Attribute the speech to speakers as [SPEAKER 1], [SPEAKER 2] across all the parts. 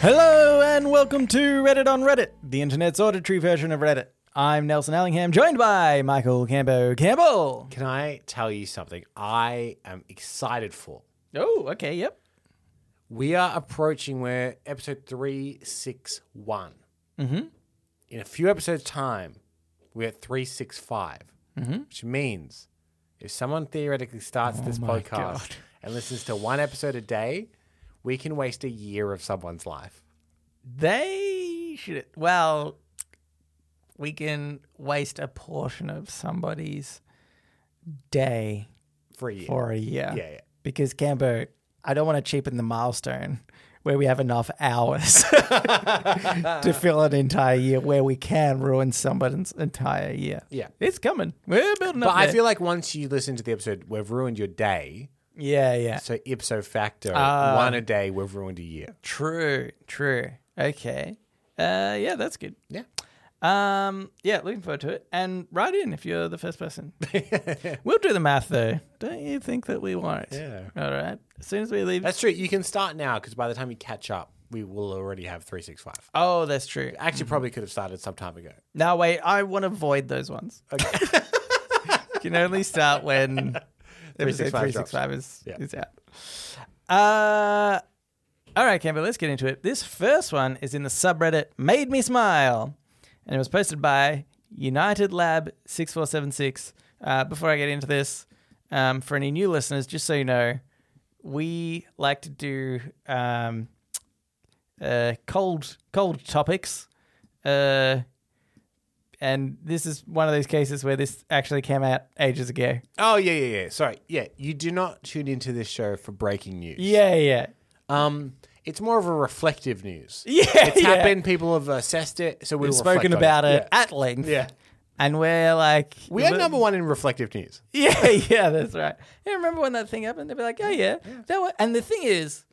[SPEAKER 1] Hello and welcome to Reddit on Reddit, the internet's auditory version of Reddit. I'm Nelson Allingham, joined by Michael Cambo Campbell.
[SPEAKER 2] Can I tell you something I am excited for?
[SPEAKER 1] Oh, okay, yep.
[SPEAKER 2] We are approaching where episode 361. In a few episodes' time, we're at 365, which means if someone theoretically starts this podcast
[SPEAKER 1] God.
[SPEAKER 2] and listens to one episode a day, we can waste a year of someone's life.
[SPEAKER 3] They should. Well, we can waste a portion of somebody's day
[SPEAKER 2] For a year.
[SPEAKER 3] for a year.
[SPEAKER 2] Yeah, yeah.
[SPEAKER 3] Because, Cambo, I don't want to cheapen the milestone where we have enough hours to fill an entire year where we can ruin somebody's entire year.
[SPEAKER 2] Yeah.
[SPEAKER 3] It's coming. We're building
[SPEAKER 2] but
[SPEAKER 3] up.
[SPEAKER 2] I
[SPEAKER 3] there.
[SPEAKER 2] feel like once you listen to the episode, we've ruined your day.
[SPEAKER 3] yeah, yeah.
[SPEAKER 2] So ipso facto, one a day, we've ruined a year.
[SPEAKER 3] True, true. Okay. Uh, yeah, that's good.
[SPEAKER 2] Yeah.
[SPEAKER 3] Um, yeah, looking forward to it. And write in if you're the first person. we'll do the math though. Don't you think that we won't?
[SPEAKER 2] Yeah.
[SPEAKER 3] All right. As soon as we leave.
[SPEAKER 2] That's true. You can start now because by the time you catch up, we will already have 365.
[SPEAKER 3] oh, that's true.
[SPEAKER 2] Actually, probably could have started some time ago.
[SPEAKER 3] Now wait, I want to avoid those ones.
[SPEAKER 2] Okay.
[SPEAKER 3] You can only start when episode
[SPEAKER 2] 365 drops.
[SPEAKER 3] 365 is,
[SPEAKER 2] Yeah.
[SPEAKER 3] is out. Uh, all right, Campbell, let's get into it. This first one is in the subreddit Made Me Smile, and it was posted by United Lab 6476. Uh, before I get into this, um, for any new listeners, just so you know, we like to do um, uh, cold cold topics. Uh, and this is one of those cases where this actually came out ages ago.
[SPEAKER 2] oh, yeah, yeah, yeah. Sorry. Yeah, you do not tune into this show for breaking news.
[SPEAKER 3] Yeah, yeah.
[SPEAKER 2] Um, it's more of a reflective news.
[SPEAKER 3] Yeah,
[SPEAKER 2] It's
[SPEAKER 3] yeah.
[SPEAKER 2] happened. People have assessed it. So we've
[SPEAKER 3] We've spoken about it at length.
[SPEAKER 2] Yeah.
[SPEAKER 3] And we're like,
[SPEAKER 2] We are number one in reflective news.
[SPEAKER 3] Yeah, yeah, that's right. Yeah, remember when that thing happened? They'd be like, oh yeah, that. wa And the thing is,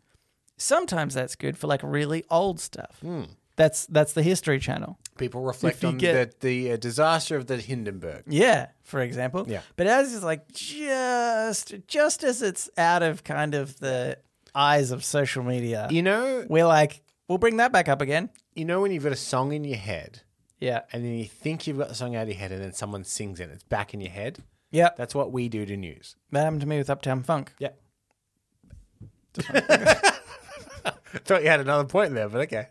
[SPEAKER 3] sometimes that's good for like really old stuff.
[SPEAKER 2] Hmm.
[SPEAKER 3] That's that's the History Channel.
[SPEAKER 2] People reflect
[SPEAKER 3] If you
[SPEAKER 2] on
[SPEAKER 3] get-
[SPEAKER 2] the, the uh, disaster of the Hindenburg.
[SPEAKER 3] Yeah, for example.
[SPEAKER 2] Yeah.
[SPEAKER 3] But as is like just just as it's out of kind of the eyes of social media,
[SPEAKER 2] You know,
[SPEAKER 3] we're like, we'll bring that back up again.
[SPEAKER 2] you know when you've got a song in your head
[SPEAKER 3] Yeah.
[SPEAKER 2] and then you think you've got the song out of your head and then someone sings it. It's back in your head.
[SPEAKER 3] Yeah.
[SPEAKER 2] That's what we do to news.
[SPEAKER 3] That happened to me with Uptown Funk.
[SPEAKER 2] Yeah. Thought you had another point there, but okay.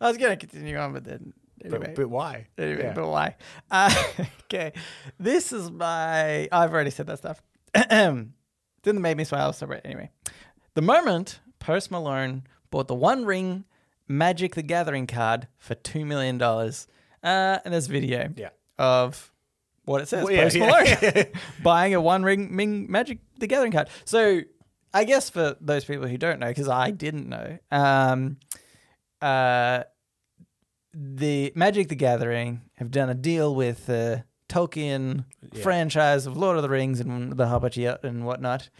[SPEAKER 3] I was gonna continue on, but then anyway.
[SPEAKER 2] But, but why?
[SPEAKER 3] Anyway,
[SPEAKER 2] Yeah.
[SPEAKER 3] but why? Uh, okay, this is my. I've already said that stuff. Didn't make me smile. So right, anyway, the moment Post Malone bought the One Ring Magic the Gathering card for two million dollars, uh, and there's video
[SPEAKER 2] Yeah.
[SPEAKER 3] of what it says.
[SPEAKER 2] Well, yeah,
[SPEAKER 3] Post
[SPEAKER 2] yeah.
[SPEAKER 3] Malone buying a One Ring Ming Magic the Gathering card. So I guess for those people who don't know, because I didn't know, um, uh, the Magic the Gathering have done a deal with the Tolkien franchise of Lord of the Rings and the Hobbit and whatnot,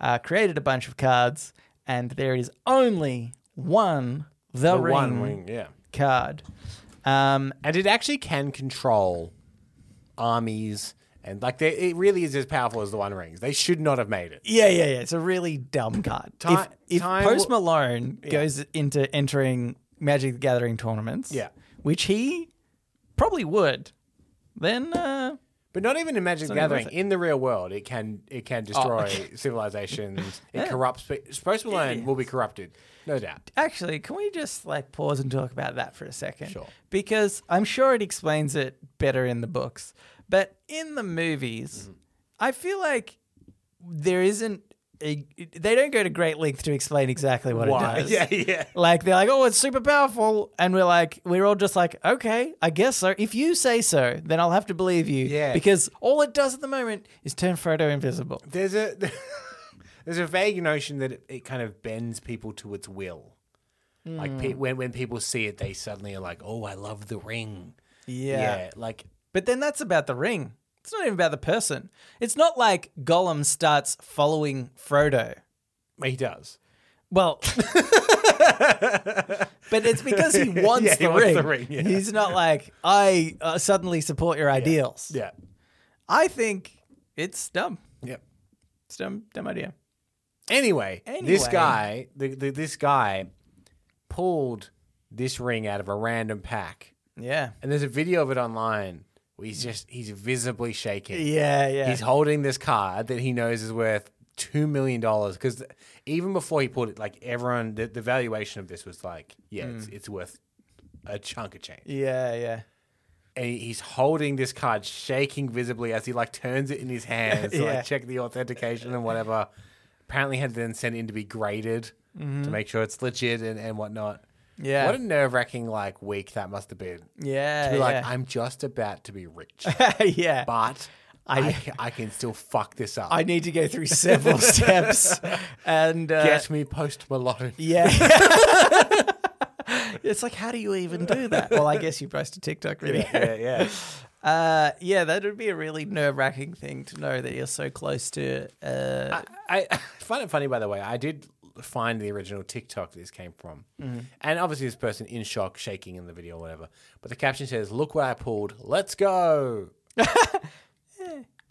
[SPEAKER 3] uh, created a bunch of cards, and there is only one the,
[SPEAKER 2] The
[SPEAKER 3] ring,
[SPEAKER 2] one wing, yeah.
[SPEAKER 3] card. Um,
[SPEAKER 2] And it actually can control armies and like they, it really is as powerful as the one rings. They should not have made it.
[SPEAKER 3] Yeah, yeah, yeah. It's a really dumb card.
[SPEAKER 2] Ti-
[SPEAKER 3] if if
[SPEAKER 2] time
[SPEAKER 3] Post
[SPEAKER 2] will-
[SPEAKER 3] Malone goes into entering Magic the Gathering tournaments,
[SPEAKER 2] Yeah.
[SPEAKER 3] which he probably would, then uh,
[SPEAKER 2] But not even in Magic the
[SPEAKER 3] not even
[SPEAKER 2] Gathering.
[SPEAKER 3] worth
[SPEAKER 2] In the real world, it Oh. can it can destroy
[SPEAKER 3] okay.
[SPEAKER 2] civilizations. It corrupts. pe- Post Malone will be corrupted, no doubt.
[SPEAKER 3] actually, can we just like pause and talk about that for a second?
[SPEAKER 2] Sure.
[SPEAKER 3] Because I'm sure it explains it better in the books, but in the movies,
[SPEAKER 2] Mm-hmm.
[SPEAKER 3] I feel like there isn't. A, they don't go to great length to explain exactly what it does.
[SPEAKER 2] Yeah, yeah.
[SPEAKER 3] Like they're like, oh, it's super powerful, and we're like, we're all just like, okay, I guess so. If you say so, then I'll have to believe you.
[SPEAKER 2] Yeah.
[SPEAKER 3] Because all it does at the moment is turn Frodo invisible.
[SPEAKER 2] There's a there's a vague notion that it, it kind of bends people to its will. Like pe- when when people see it, they suddenly are like, "Oh, I love the ring." like
[SPEAKER 3] But then that's about the ring. It's not even about the person. It's not like Gollum starts following Frodo.
[SPEAKER 2] he does.
[SPEAKER 3] Well, but it's because he wants,
[SPEAKER 2] Yeah, he
[SPEAKER 3] the,
[SPEAKER 2] wants
[SPEAKER 3] ring.
[SPEAKER 2] the ring, yeah.
[SPEAKER 3] He's not like I uh, suddenly support your ideals.
[SPEAKER 2] Yeah,
[SPEAKER 3] I think it's dumb.
[SPEAKER 2] yep.
[SPEAKER 3] It's dumb, dumb idea.
[SPEAKER 2] Anyway, this
[SPEAKER 3] Anyway.
[SPEAKER 2] guy, the, the, this guy, pulled this ring out of a random pack.
[SPEAKER 3] Yeah.
[SPEAKER 2] And there's a video of it online where he's just he's visibly shaking.
[SPEAKER 3] Yeah, yeah.
[SPEAKER 2] He's holding this card that he knows is worth two million dollars because even before he pulled it, like everyone, the, the valuation of this was like, yeah,
[SPEAKER 3] Mm.
[SPEAKER 2] it's, it's worth a chunk of change.
[SPEAKER 3] yeah, yeah.
[SPEAKER 2] And he- he's holding this card, shaking visibly as he like turns it in his hands to
[SPEAKER 3] Yeah.
[SPEAKER 2] like check the authentication and whatever. Apparently, had to then sent in to be graded to make sure it's legit and, and whatnot.
[SPEAKER 3] Mm-hmm. Yeah.
[SPEAKER 2] What a nerve wracking like week that must have been.
[SPEAKER 3] Yeah.
[SPEAKER 2] To be like,
[SPEAKER 3] yeah.
[SPEAKER 2] I'm just about to be rich,
[SPEAKER 3] yeah.
[SPEAKER 2] but I, ca- I can still fuck this up.
[SPEAKER 3] I need to go through several steps and uh,
[SPEAKER 2] Get me post Malone.
[SPEAKER 3] yeah. it's like how do you even do that? Well, I guess you post a TikTok video.
[SPEAKER 2] Yeah, yeah.
[SPEAKER 3] Uh, yeah, that would be a really nerve wracking thing to know that you're so close to. Uh,
[SPEAKER 2] I, I find it funny, by the way. I did find the original TikTok this came from,
[SPEAKER 3] Mm-hmm.
[SPEAKER 2] and obviously this person in shock, shaking in the video, or whatever. But the caption says, "Look what I pulled. Let's go."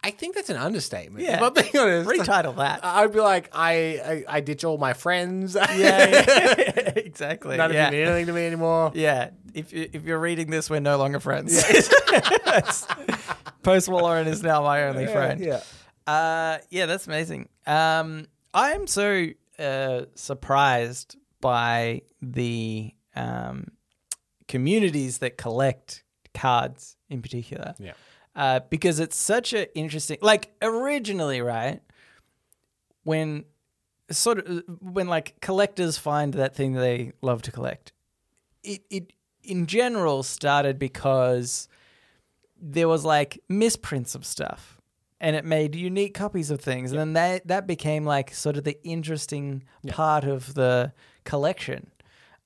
[SPEAKER 2] I think that's an understatement.
[SPEAKER 3] Yeah.
[SPEAKER 2] if I'm being honest.
[SPEAKER 3] retitle that.
[SPEAKER 2] I'd be like, I, I I ditch all my friends.
[SPEAKER 3] Yeah, yeah. exactly.
[SPEAKER 2] None
[SPEAKER 3] yeah.
[SPEAKER 2] of you mean anything to me anymore.
[SPEAKER 3] Yeah, if you- if you're reading this, we're no longer friends. That's- Post Malone is now my only friend.
[SPEAKER 2] yeah.
[SPEAKER 3] uh, yeah, that's amazing. Um, I am so uh, surprised by the um, communities that collect cards in particular.
[SPEAKER 2] Yeah.
[SPEAKER 3] uh, because it's such an interesting. Like originally, right when sort of when like collectors find that thing they love to collect it, it in general started because there was like misprints of stuff and it made unique copies of things and then that that became like sort of the interesting part of the collection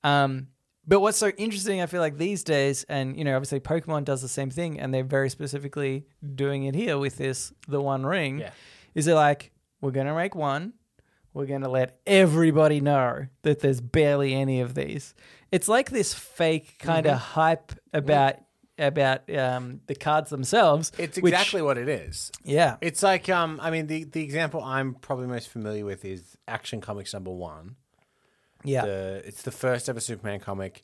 [SPEAKER 3] um but what's so interesting i feel like these days and you know obviously pokemon does the same thing and they're very specifically doing it here with this the one ring
[SPEAKER 2] Yeah.
[SPEAKER 3] is it like we're gonna make one we're going to let everybody know that there's barely any of these. It's like this fake kind of
[SPEAKER 2] Mm-hmm.
[SPEAKER 3] hype about about um, the cards themselves.
[SPEAKER 2] It's
[SPEAKER 3] which-
[SPEAKER 2] exactly what it is.
[SPEAKER 3] yeah,
[SPEAKER 2] It's like, um, I mean, the, the example I'm probably most familiar with is Action Comics number one.
[SPEAKER 3] yeah,
[SPEAKER 2] the it's the first ever Superman comic.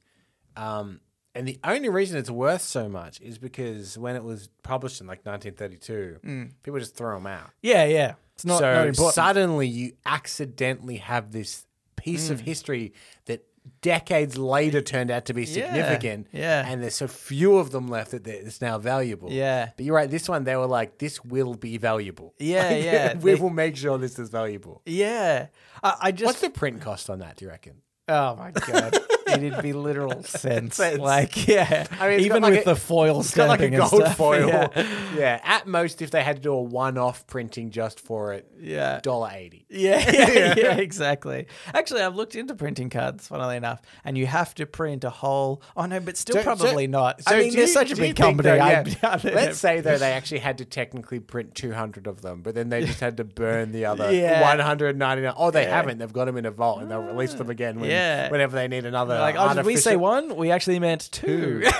[SPEAKER 2] Um, and the only reason it's worth so much is because when it was published in like 1932, people just throw them out.
[SPEAKER 3] yeah, yeah. It's Mm. not,
[SPEAKER 2] so
[SPEAKER 3] not important.
[SPEAKER 2] suddenly you accidentally have this piece
[SPEAKER 3] Mm.
[SPEAKER 2] of history that decades later turned out to be significant.
[SPEAKER 3] yeah.
[SPEAKER 2] And there's so few of them left that they- it's now valuable.
[SPEAKER 3] Yeah.
[SPEAKER 2] But you're right. This one, they were like, this will be valuable.
[SPEAKER 3] Yeah,
[SPEAKER 2] Like,
[SPEAKER 3] yeah.
[SPEAKER 2] we
[SPEAKER 3] They-
[SPEAKER 2] will make sure this is valuable.
[SPEAKER 3] yeah, I, I just
[SPEAKER 2] What's the print cost on that, do you reckon?
[SPEAKER 3] oh my god, it'd be literal sense.
[SPEAKER 2] Sense.
[SPEAKER 3] Like yeah,
[SPEAKER 2] I mean, it's
[SPEAKER 3] even
[SPEAKER 2] got like
[SPEAKER 3] with
[SPEAKER 2] a-
[SPEAKER 3] the foil
[SPEAKER 2] It's got like a
[SPEAKER 3] stamping and
[SPEAKER 2] gold
[SPEAKER 3] stuff,
[SPEAKER 2] foil.
[SPEAKER 3] Yeah,
[SPEAKER 2] Yeah. At most, if they had to do a one-off printing just for it,
[SPEAKER 3] yeah.
[SPEAKER 2] dollar eighty.
[SPEAKER 3] Yeah, yeah, yeah, exactly. Actually, I've looked into printing cards, funnily enough, and you have to print a whole. Oh no, but still,
[SPEAKER 2] So-
[SPEAKER 3] probably
[SPEAKER 2] so-
[SPEAKER 3] not.
[SPEAKER 2] so
[SPEAKER 3] I mean,
[SPEAKER 2] do
[SPEAKER 3] they're
[SPEAKER 2] you-
[SPEAKER 3] such a
[SPEAKER 2] do you
[SPEAKER 3] big
[SPEAKER 2] think
[SPEAKER 3] company.
[SPEAKER 2] though-
[SPEAKER 3] I,
[SPEAKER 2] yeah.
[SPEAKER 3] I don't
[SPEAKER 2] Let's
[SPEAKER 3] know.
[SPEAKER 2] say though they actually had to technically print two hundred of them, but then they just had to burn the other
[SPEAKER 3] Yeah.
[SPEAKER 2] one hundred ninety nine. Oh, they haven't. They've got them in a vault, and they'll release them again when,
[SPEAKER 3] Yeah.
[SPEAKER 2] whenever they need another.
[SPEAKER 3] like, oh, did we say
[SPEAKER 2] uh, artificial-
[SPEAKER 3] one? We actually meant two.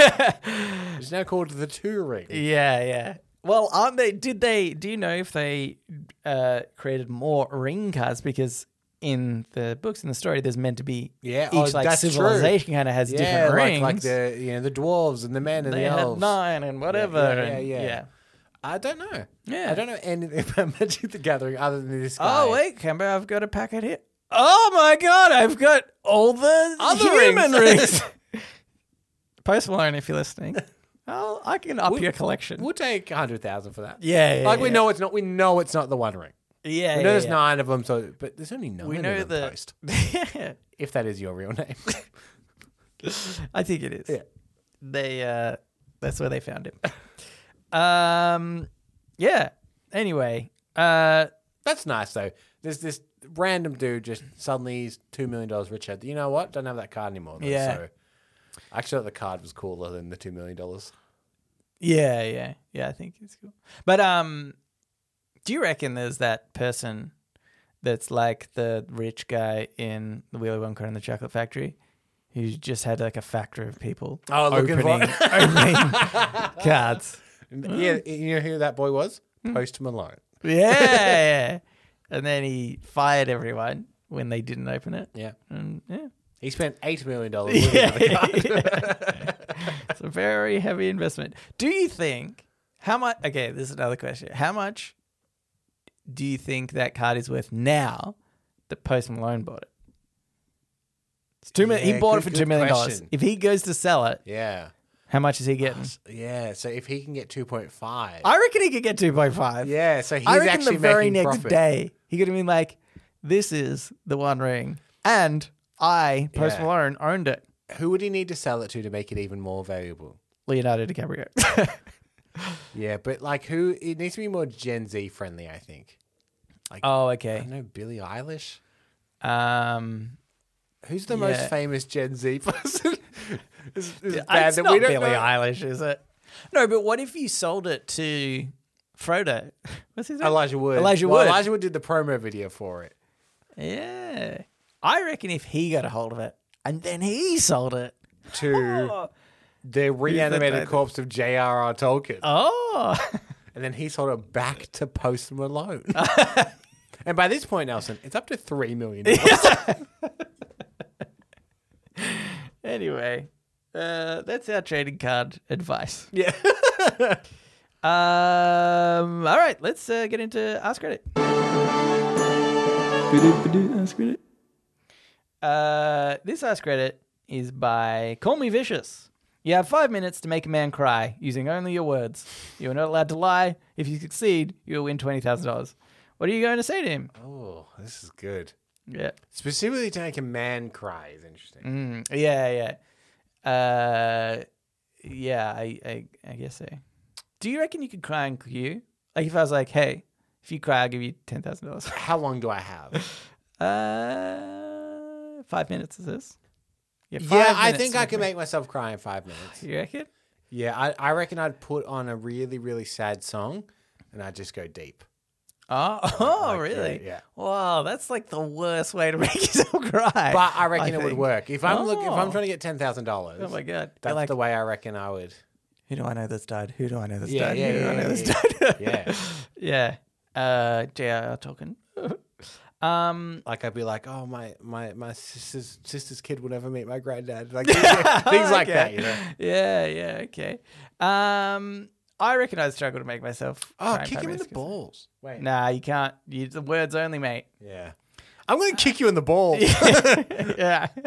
[SPEAKER 2] It's now called the two ring.
[SPEAKER 3] yeah, yeah. Well, aren't they? Did they? Do you know if they uh, created more ring cards because? In the books in the story, there's meant to be
[SPEAKER 2] Yeah,
[SPEAKER 3] each
[SPEAKER 2] oh,
[SPEAKER 3] like
[SPEAKER 2] that's true.
[SPEAKER 3] civilization kind of has
[SPEAKER 2] Yeah,
[SPEAKER 3] different
[SPEAKER 2] like,
[SPEAKER 3] rings.
[SPEAKER 2] like the you know the dwarves and the men and
[SPEAKER 3] they
[SPEAKER 2] the
[SPEAKER 3] had
[SPEAKER 2] elves.
[SPEAKER 3] nine and whatever.
[SPEAKER 2] yeah,
[SPEAKER 3] and-
[SPEAKER 2] yeah. I don't know.
[SPEAKER 3] Yeah.
[SPEAKER 2] I don't know anything about Magic the Gathering other than this guy.
[SPEAKER 3] Oh wait, Kemba, I've got a packet here. Oh my god, I've got all the
[SPEAKER 2] Other
[SPEAKER 3] human rings.
[SPEAKER 2] rings.
[SPEAKER 3] Post Malone, if you're listening, I'll, I can up your collection.
[SPEAKER 2] We'll take a hundred thousand for that.
[SPEAKER 3] yeah, yeah,
[SPEAKER 2] like we
[SPEAKER 3] yeah.
[SPEAKER 2] know it's not. We know it's not the One Ring.
[SPEAKER 3] yeah,
[SPEAKER 2] We
[SPEAKER 3] yeah,
[SPEAKER 2] know there's
[SPEAKER 3] yeah.
[SPEAKER 2] nine of them. So, but there's only nine.
[SPEAKER 3] We know
[SPEAKER 2] of them
[SPEAKER 3] that.
[SPEAKER 2] Post, if that is your real name.
[SPEAKER 3] I think it is.
[SPEAKER 2] Yeah.
[SPEAKER 3] They uh that's where they found him. um yeah. Anyway, uh
[SPEAKER 2] That's nice though. There's this random dude just suddenly he's two million dollars richer. You know what? Don't have that card anymore. Though,
[SPEAKER 3] Yeah.
[SPEAKER 2] So. I actually thought the card was cooler than the two million dollars.
[SPEAKER 3] Yeah, yeah, yeah. I think it's cool. But um, do you reckon there's that person that's like the rich guy in the Willy Wonka and the Chocolate Factory, who just had like a factory of people
[SPEAKER 2] Oh, looking for-
[SPEAKER 3] opening cards?
[SPEAKER 2] Yeah,
[SPEAKER 3] Oh.
[SPEAKER 2] you know who that boy was?
[SPEAKER 3] Hmm.
[SPEAKER 2] Post Malone.
[SPEAKER 3] Yeah, yeah. And then he fired everyone when they didn't open it.
[SPEAKER 2] Yeah.
[SPEAKER 3] And yeah,
[SPEAKER 2] He spent $8 million. Yeah.
[SPEAKER 3] It's a very heavy investment. Do you think how much? Okay, this is another question. How much do you think that card is worth now that Post Malone bought it? It's two mil-
[SPEAKER 2] Yeah,
[SPEAKER 3] He bought
[SPEAKER 2] good-
[SPEAKER 3] it for
[SPEAKER 2] good
[SPEAKER 3] two million dollars.
[SPEAKER 2] question.
[SPEAKER 3] If he goes to sell it,
[SPEAKER 2] yeah.
[SPEAKER 3] how much is he getting?
[SPEAKER 2] Yeah. So if he can get 2.5.
[SPEAKER 3] I reckon he could get two point five.
[SPEAKER 2] yeah. So he's
[SPEAKER 3] I reckon
[SPEAKER 2] actually
[SPEAKER 3] the very
[SPEAKER 2] making
[SPEAKER 3] next
[SPEAKER 2] profit.
[SPEAKER 3] day he could have been like, "This is the One Ring," and I, Post
[SPEAKER 2] Yeah.
[SPEAKER 3] Malone, owned it.
[SPEAKER 2] Who would he need to sell it to to make it even more valuable?
[SPEAKER 3] Leonardo DiCaprio.
[SPEAKER 2] Yeah. But like who? It needs to be more Gen Z friendly, I think.
[SPEAKER 3] oh,
[SPEAKER 2] I
[SPEAKER 3] okay.
[SPEAKER 2] know Billie Eilish.
[SPEAKER 3] Um,
[SPEAKER 2] Who's the most
[SPEAKER 3] Yeah.
[SPEAKER 2] famous Gen Z person? it's, it's bad
[SPEAKER 3] it's
[SPEAKER 2] that
[SPEAKER 3] not
[SPEAKER 2] we don't
[SPEAKER 3] Billie
[SPEAKER 2] know.
[SPEAKER 3] Eilish, is it? No, but what if you sold it to Frodo? What's his name?
[SPEAKER 2] Elijah Wood.
[SPEAKER 3] Elijah
[SPEAKER 2] Well,
[SPEAKER 3] Wood.
[SPEAKER 2] Elijah Wood did the promo video for it.
[SPEAKER 3] yeah, I reckon if he got a hold of it and then he sold it. Oh.
[SPEAKER 2] to the
[SPEAKER 3] Who's
[SPEAKER 2] reanimated
[SPEAKER 3] that?
[SPEAKER 2] corpse of J.R.R. Tolkien.
[SPEAKER 3] Oh,
[SPEAKER 2] and then he sold it back to Post Malone. and by this point, Nelson, it's up to $3 million.
[SPEAKER 3] anyway, uh, that's our trading card advice.
[SPEAKER 2] yeah.
[SPEAKER 3] Um, all right, let's uh, get into Ask Reddit. Ask Reddit. Uh, this Ask Reddit is by Call Me Vicious. You have five minutes to make a man cry using only your words. You are not allowed to lie. If you succeed, you will win twenty thousand dollars. What are you going to say to him?
[SPEAKER 2] Oh, this is good.
[SPEAKER 3] Yeah,
[SPEAKER 2] Specifically to make a man cry is interesting.
[SPEAKER 3] Mm, yeah, yeah, uh, yeah. I, I, I guess so. Do you reckon you could cry in queue? Like if I was like, hey, if you cry, I'll give you ten thousand dollars.
[SPEAKER 2] How long do I have?
[SPEAKER 3] Uh, five minutes is this?
[SPEAKER 2] yeah,
[SPEAKER 3] five
[SPEAKER 2] I
[SPEAKER 3] minutes
[SPEAKER 2] think
[SPEAKER 3] to
[SPEAKER 2] I can
[SPEAKER 3] me-
[SPEAKER 2] make myself cry in five minutes.
[SPEAKER 3] You reckon?
[SPEAKER 2] Yeah, I, I reckon I'd put on a really, really sad song and I'd just go deep.
[SPEAKER 3] Oh, oh
[SPEAKER 2] like,
[SPEAKER 3] really?
[SPEAKER 2] uh, yeah.
[SPEAKER 3] Wow, that's like the worst way to make yourself cry.
[SPEAKER 2] But I reckon it would
[SPEAKER 3] think.
[SPEAKER 2] work. If I'm look, if I'm
[SPEAKER 3] Oh.
[SPEAKER 2] trying to get ten thousand dollars,
[SPEAKER 3] Oh my god. They're
[SPEAKER 2] that's
[SPEAKER 3] like,
[SPEAKER 2] the way I reckon I would.
[SPEAKER 3] who do I know that's died? Who do I know that's
[SPEAKER 2] Yeah,
[SPEAKER 3] died?
[SPEAKER 2] yeah,
[SPEAKER 3] who do I
[SPEAKER 2] yeah,
[SPEAKER 3] know that's
[SPEAKER 2] yeah,
[SPEAKER 3] died?
[SPEAKER 2] Yeah.
[SPEAKER 3] yeah. Uh, J.R.R. Tolkien. um,
[SPEAKER 2] like I'd be like, oh my my my sister's sister's kid will never meet my granddad, like things like, things like that. You know,
[SPEAKER 3] yeah, yeah, okay. Um, I reckon I'd struggle to make myself.
[SPEAKER 2] oh,
[SPEAKER 3] cry
[SPEAKER 2] kick
[SPEAKER 3] five
[SPEAKER 2] him in the
[SPEAKER 3] minutes 'cause-
[SPEAKER 2] balls. Wait,
[SPEAKER 3] Nah, you can't. You, the words only, mate.
[SPEAKER 2] yeah, I'm gonna kick you in the balls.
[SPEAKER 3] yeah.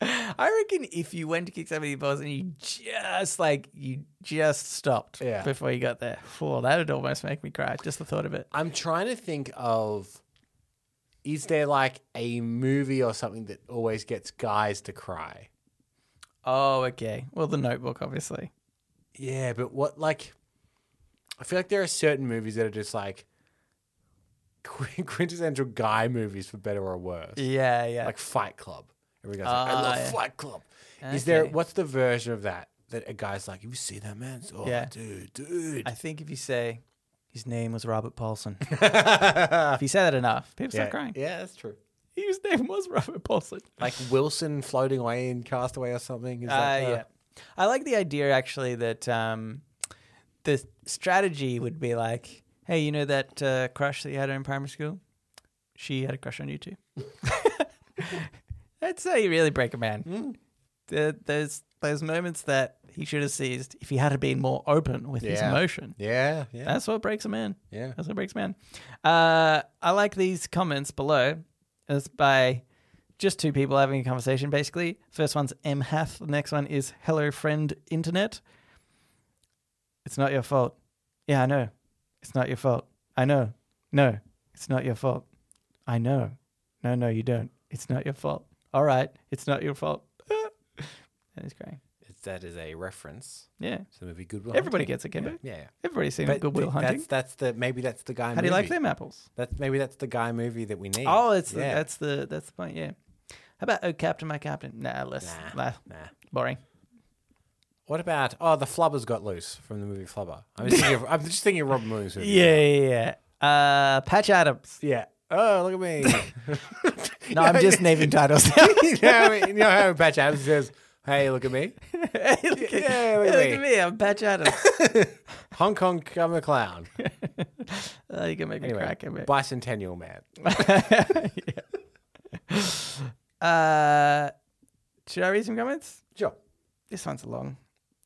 [SPEAKER 3] I reckon if you went to kick somebody in the balls and you just like you just stopped
[SPEAKER 2] Yeah.
[SPEAKER 3] before you got there, oh, that would almost make me cry. Just the thought of it.
[SPEAKER 2] I'm trying to think of, is there like a movie or something that always gets guys to cry?
[SPEAKER 3] Oh, okay. Well, the Notebook, obviously.
[SPEAKER 2] Yeah, but what like, I feel like there are certain movies that are just like qu- quintessential guy movies for better or worse.
[SPEAKER 3] Yeah, yeah.
[SPEAKER 2] like Fight Club. Every guy's like, I
[SPEAKER 3] Ah,
[SPEAKER 2] love
[SPEAKER 3] yeah.
[SPEAKER 2] Fight Club. Is there
[SPEAKER 3] Okay.
[SPEAKER 2] what's the version of that that a guy's like, you see that man? Oh,
[SPEAKER 3] Yeah.
[SPEAKER 2] dude, dude.
[SPEAKER 3] I think if you say his name was Robert Paulson, if you say that enough, people
[SPEAKER 2] yeah,
[SPEAKER 3] start crying.
[SPEAKER 2] yeah, that's true.
[SPEAKER 3] His name was Robert Paulson.
[SPEAKER 2] Like Wilson floating away in Castaway or something. Is
[SPEAKER 3] Uh,
[SPEAKER 2] that,
[SPEAKER 3] yeah. I like the idea actually that um, the strategy would be like, hey, you know that uh, crush that you had in primary school? She had a crush on you too. That's how you really break a man.
[SPEAKER 2] Hmm.
[SPEAKER 3] The, those those moments that he should have seized if he had been more open with his
[SPEAKER 2] Yeah.
[SPEAKER 3] emotion.
[SPEAKER 2] Yeah, yeah,
[SPEAKER 3] That's what breaks a man.
[SPEAKER 2] yeah.
[SPEAKER 3] That's what breaks man. Uh, I like these comments below. It's by just two people having a conversation, basically. First one's M Hath. The next one is Hello Friend Internet. It's not your fault. Yeah, I know. It's not your fault. I know. No, it's not your fault. I know. No, no, you don't. It's not your fault. All right. It's not your fault. that is great.
[SPEAKER 2] It's- That is a reference
[SPEAKER 3] Yeah.
[SPEAKER 2] to the movie Goodwill.
[SPEAKER 3] Everybody
[SPEAKER 2] Hunting.
[SPEAKER 3] gets it, can they?
[SPEAKER 2] Yeah, yeah.
[SPEAKER 3] Everybody's seen
[SPEAKER 2] But
[SPEAKER 3] Goodwill
[SPEAKER 2] th-
[SPEAKER 3] Hunting.
[SPEAKER 2] That's, that's the maybe that's the guy.
[SPEAKER 3] How do you like them apples?
[SPEAKER 2] That's maybe that's the guy movie that we need.
[SPEAKER 3] Oh, it's the,
[SPEAKER 2] Yeah.
[SPEAKER 3] that's the that's the point. Yeah. How about oh captain, my captain? Nah, less nah.
[SPEAKER 2] nah.
[SPEAKER 3] boring.
[SPEAKER 2] What about oh the Flubbers got loose from the movie Flubber? I'm just thinking of, I'm just thinking of Robin Williams. Movie.
[SPEAKER 3] yeah, yeah. Uh, Patch Adams.
[SPEAKER 2] Yeah. Oh, look at me.
[SPEAKER 3] No, I'm just naming titles. now.
[SPEAKER 2] you, know, how- you know how Patch Adams says, hey, look at me.
[SPEAKER 3] Hey, look at,
[SPEAKER 2] Yeah,
[SPEAKER 3] hey,
[SPEAKER 2] look at
[SPEAKER 3] look
[SPEAKER 2] me.
[SPEAKER 3] at me. I'm Patch Adams.
[SPEAKER 2] Hong Kong, I'm a clown.
[SPEAKER 3] oh, you can make me
[SPEAKER 2] Anyway,
[SPEAKER 3] crack a bit.
[SPEAKER 2] Bicentennial man.
[SPEAKER 3] uh, Should I read some comments?
[SPEAKER 2] Sure.
[SPEAKER 3] This one's long.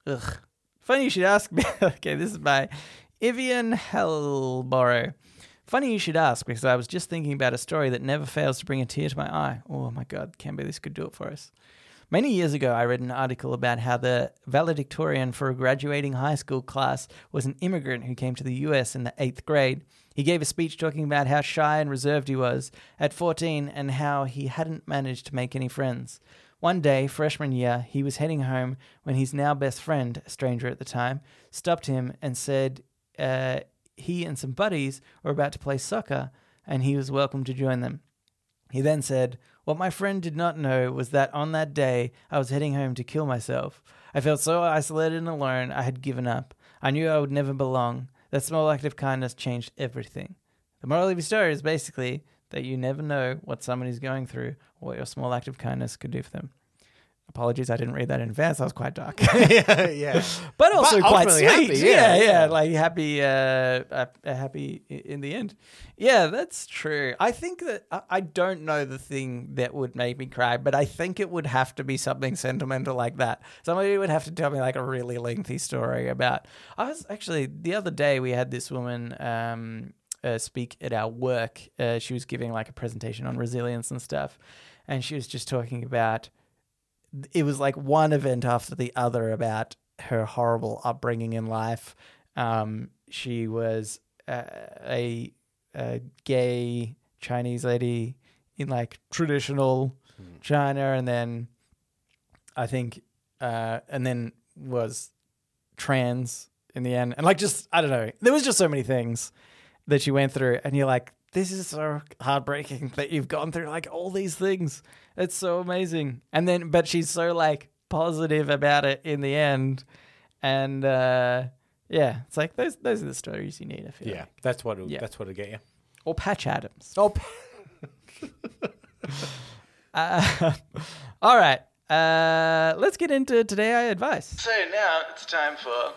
[SPEAKER 3] Ugh. Funny you should ask. okay, this is by Ivian Hellborough. Funny you should ask because I was just thinking about a story that never fails to bring a tear to my eye. Oh my God, Cambo, this could do it for us. Many years ago, I read an article about how the valedictorian for a graduating high school class was an immigrant who came to the US in the eighth grade. He gave a speech talking about how shy and reserved he was at 14 and how he hadn't managed to make any friends. One day, freshman year, he was heading home when his now best friend, a stranger at the time, stopped him and said uh, he and some buddies were about to play soccer and he was welcome to join them. He then said, What my friend did not know was that on that day I was heading home to kill myself. I felt so isolated and alone, I had given up. I knew I would never belong. That small act of kindness changed everything. The moral of your story is basically that you never know what someone is going through or what your small act of kindness could do for them. Apologies, I didn't read that in advance. That was quite dark,
[SPEAKER 2] yeah, yeah.
[SPEAKER 3] but also quite
[SPEAKER 2] ultimately
[SPEAKER 3] sweet.
[SPEAKER 2] happy,
[SPEAKER 3] yeah.
[SPEAKER 2] yeah.
[SPEAKER 3] yeah, like happy, uh, uh, happy i- in the end. Yeah, that's true. I think that I- I don't know the thing that would make me cry, but I think it would have to be something sentimental like that. Somebody would have to tell me like a really lengthy story about. I was actually the other day we had this woman. Um, uh, speak at our work. Uh, she was giving like a presentation on resilience and stuff, and she was just talking about it was like one event after the other about her horrible upbringing in life. Um, she was uh, a, a gay Chinese lady in like traditional China, and then I think, uh, and then was trans in the end. And like, just, I don't know, there was just so many things that you went through, and you're like, this is so heartbreaking that you've gone through like all these things. It's so amazing. And then, but she's so like positive about it in the end. And uh, yeah, it's like those those are the stories you need, I feel.
[SPEAKER 2] Yeah,
[SPEAKER 3] like.
[SPEAKER 2] that's what it'll,
[SPEAKER 3] Yeah.
[SPEAKER 2] that's what'll get you.
[SPEAKER 3] Or Patch Adams.
[SPEAKER 2] Oh,
[SPEAKER 3] Uh, all right. Uh, let's get into today I advice.
[SPEAKER 4] So now it's time for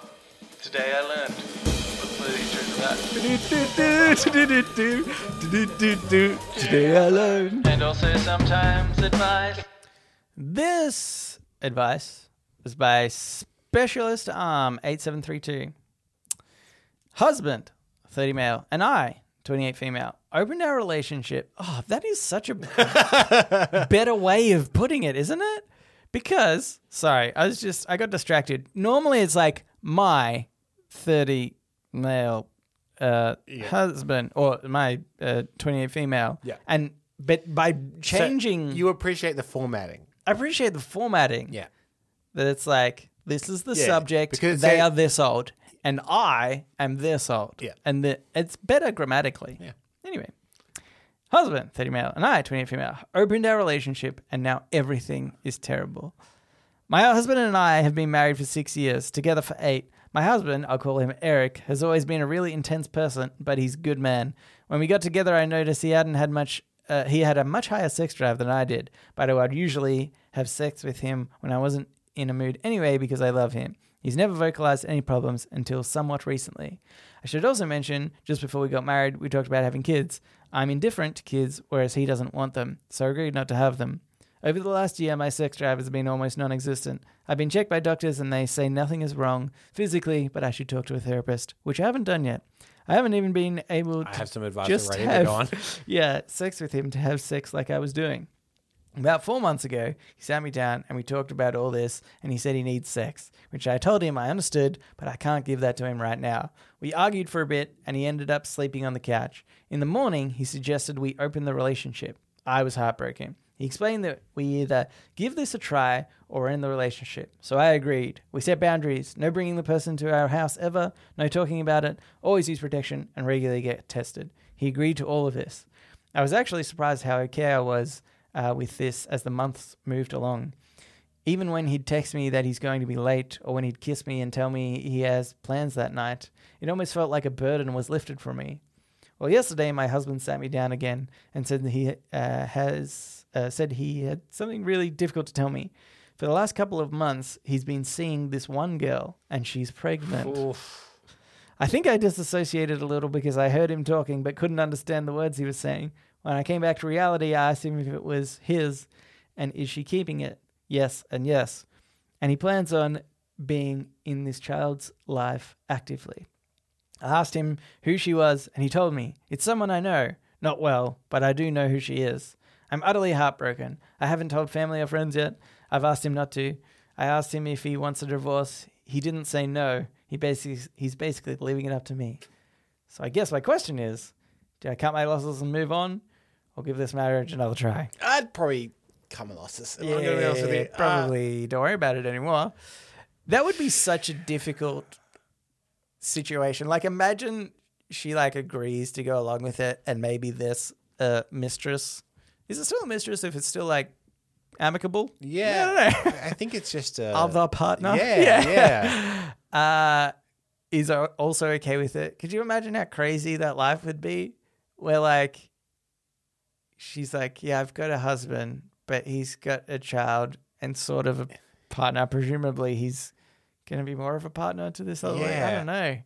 [SPEAKER 4] Today I Learned. Please turn to that.
[SPEAKER 3] Today I learned.
[SPEAKER 4] And also sometimes advice.
[SPEAKER 3] This advice is by Specialist um, Arm 8732. Husband, 30 male, and I, 28 female, opened our relationship. Oh, that is such a better way of putting it, isn't it? Because, sorry, I was just, I got distracted. Normally it's like my 30 male uh, husband or my uh, 28 female.
[SPEAKER 2] Yeah.
[SPEAKER 3] And, but by changing.
[SPEAKER 2] you appreciate the formatting.
[SPEAKER 3] I appreciate the formatting.
[SPEAKER 2] Yeah.
[SPEAKER 3] That it's like, this is the
[SPEAKER 2] Yeah,
[SPEAKER 3] subject,
[SPEAKER 2] because
[SPEAKER 3] they
[SPEAKER 2] they-
[SPEAKER 3] are this old, and I am this old.
[SPEAKER 2] Yeah.
[SPEAKER 3] And the, it's better grammatically.
[SPEAKER 2] Yeah.
[SPEAKER 3] Anyway, husband, 30 male, and I, 28 female, opened our relationship, and now everything is terrible. My husband and I have been married for six years, together for eight. My husband, I'll call him Eric, has always been a really intense person, but he's a good man. When we got together, I noticed he hadn't had much. Uh, he had a much higher sex drive than I did, but I would usually have sex with him when I wasn't in a mood anyway because I love him. He's never vocalized any problems until somewhat recently. I should also mention, just before we got married, we talked about having kids. I'm indifferent to kids, whereas he doesn't want them, so I agreed not to have them. Over the last year, my sex drive has been almost non existent. I've been checked by doctors and they say nothing is wrong physically, but I should talk to a therapist, which I haven't done yet. I haven't even been able to
[SPEAKER 2] I have some advice
[SPEAKER 3] just
[SPEAKER 2] already.
[SPEAKER 3] have,
[SPEAKER 2] Go on.
[SPEAKER 3] yeah, sex with him to have sex like I was doing. About four months ago, he sat me down and we talked about all this, and he said he needs sex, which I told him I understood, but I can't give that to him right now. We argued for a bit, and he ended up sleeping on the couch. In the morning, he suggested we open the relationship. I was heartbroken. He explained that we either give this a try or end the relationship. So I agreed. We set boundaries no bringing the person to our house ever, no talking about it, always use protection, and regularly get tested. He agreed to all of this. I was actually surprised how okay I was uh, with this as the months moved along. Even when he'd text me that he's going to be late, or when he'd kiss me and tell me he has plans that night, it almost felt like a burden was lifted from me. Well, yesterday my husband sat me down again and said that he uh, has uh, said he had something really difficult to tell me. For the last couple of months, he's been seeing this one girl, and she's pregnant. I think I disassociated a little because I heard him talking but couldn't understand the words he was saying. When I came back to reality, I asked him if it was his and is she keeping it? yes, and yes. And he plans on being in this child's life actively. I asked him who she was, and he told me, It's someone I know. Not well, but I do know who she is. I'm utterly heartbroken. I haven't told family or friends yet. I've asked him not to. I asked him if he wants a divorce. He didn't say no. He basically, he's basically leaving it up to me. So I guess my question is do I cut my losses and move on, or give this marriage another try?
[SPEAKER 2] I'd probably come and lost this. Yeah, Uh,
[SPEAKER 3] probably don't worry about it anymore. That would be such a difficult situation. Like, imagine she like agrees to go along with it, and maybe this uh, mistress is it still a mistress if it's still like amicable?
[SPEAKER 2] yeah.
[SPEAKER 3] I don't know.
[SPEAKER 2] I think it's just a
[SPEAKER 3] Other partner,
[SPEAKER 2] Yeah, yeah.
[SPEAKER 3] uh, is a- also okay with it. Could you imagine how crazy that life would be? Where like she's like, yeah, I've got a husband, but he's got a child and sort of a partner. Presumably, he's gonna be more of a partner to this other. lady. I
[SPEAKER 2] Yeah.
[SPEAKER 3] don't know.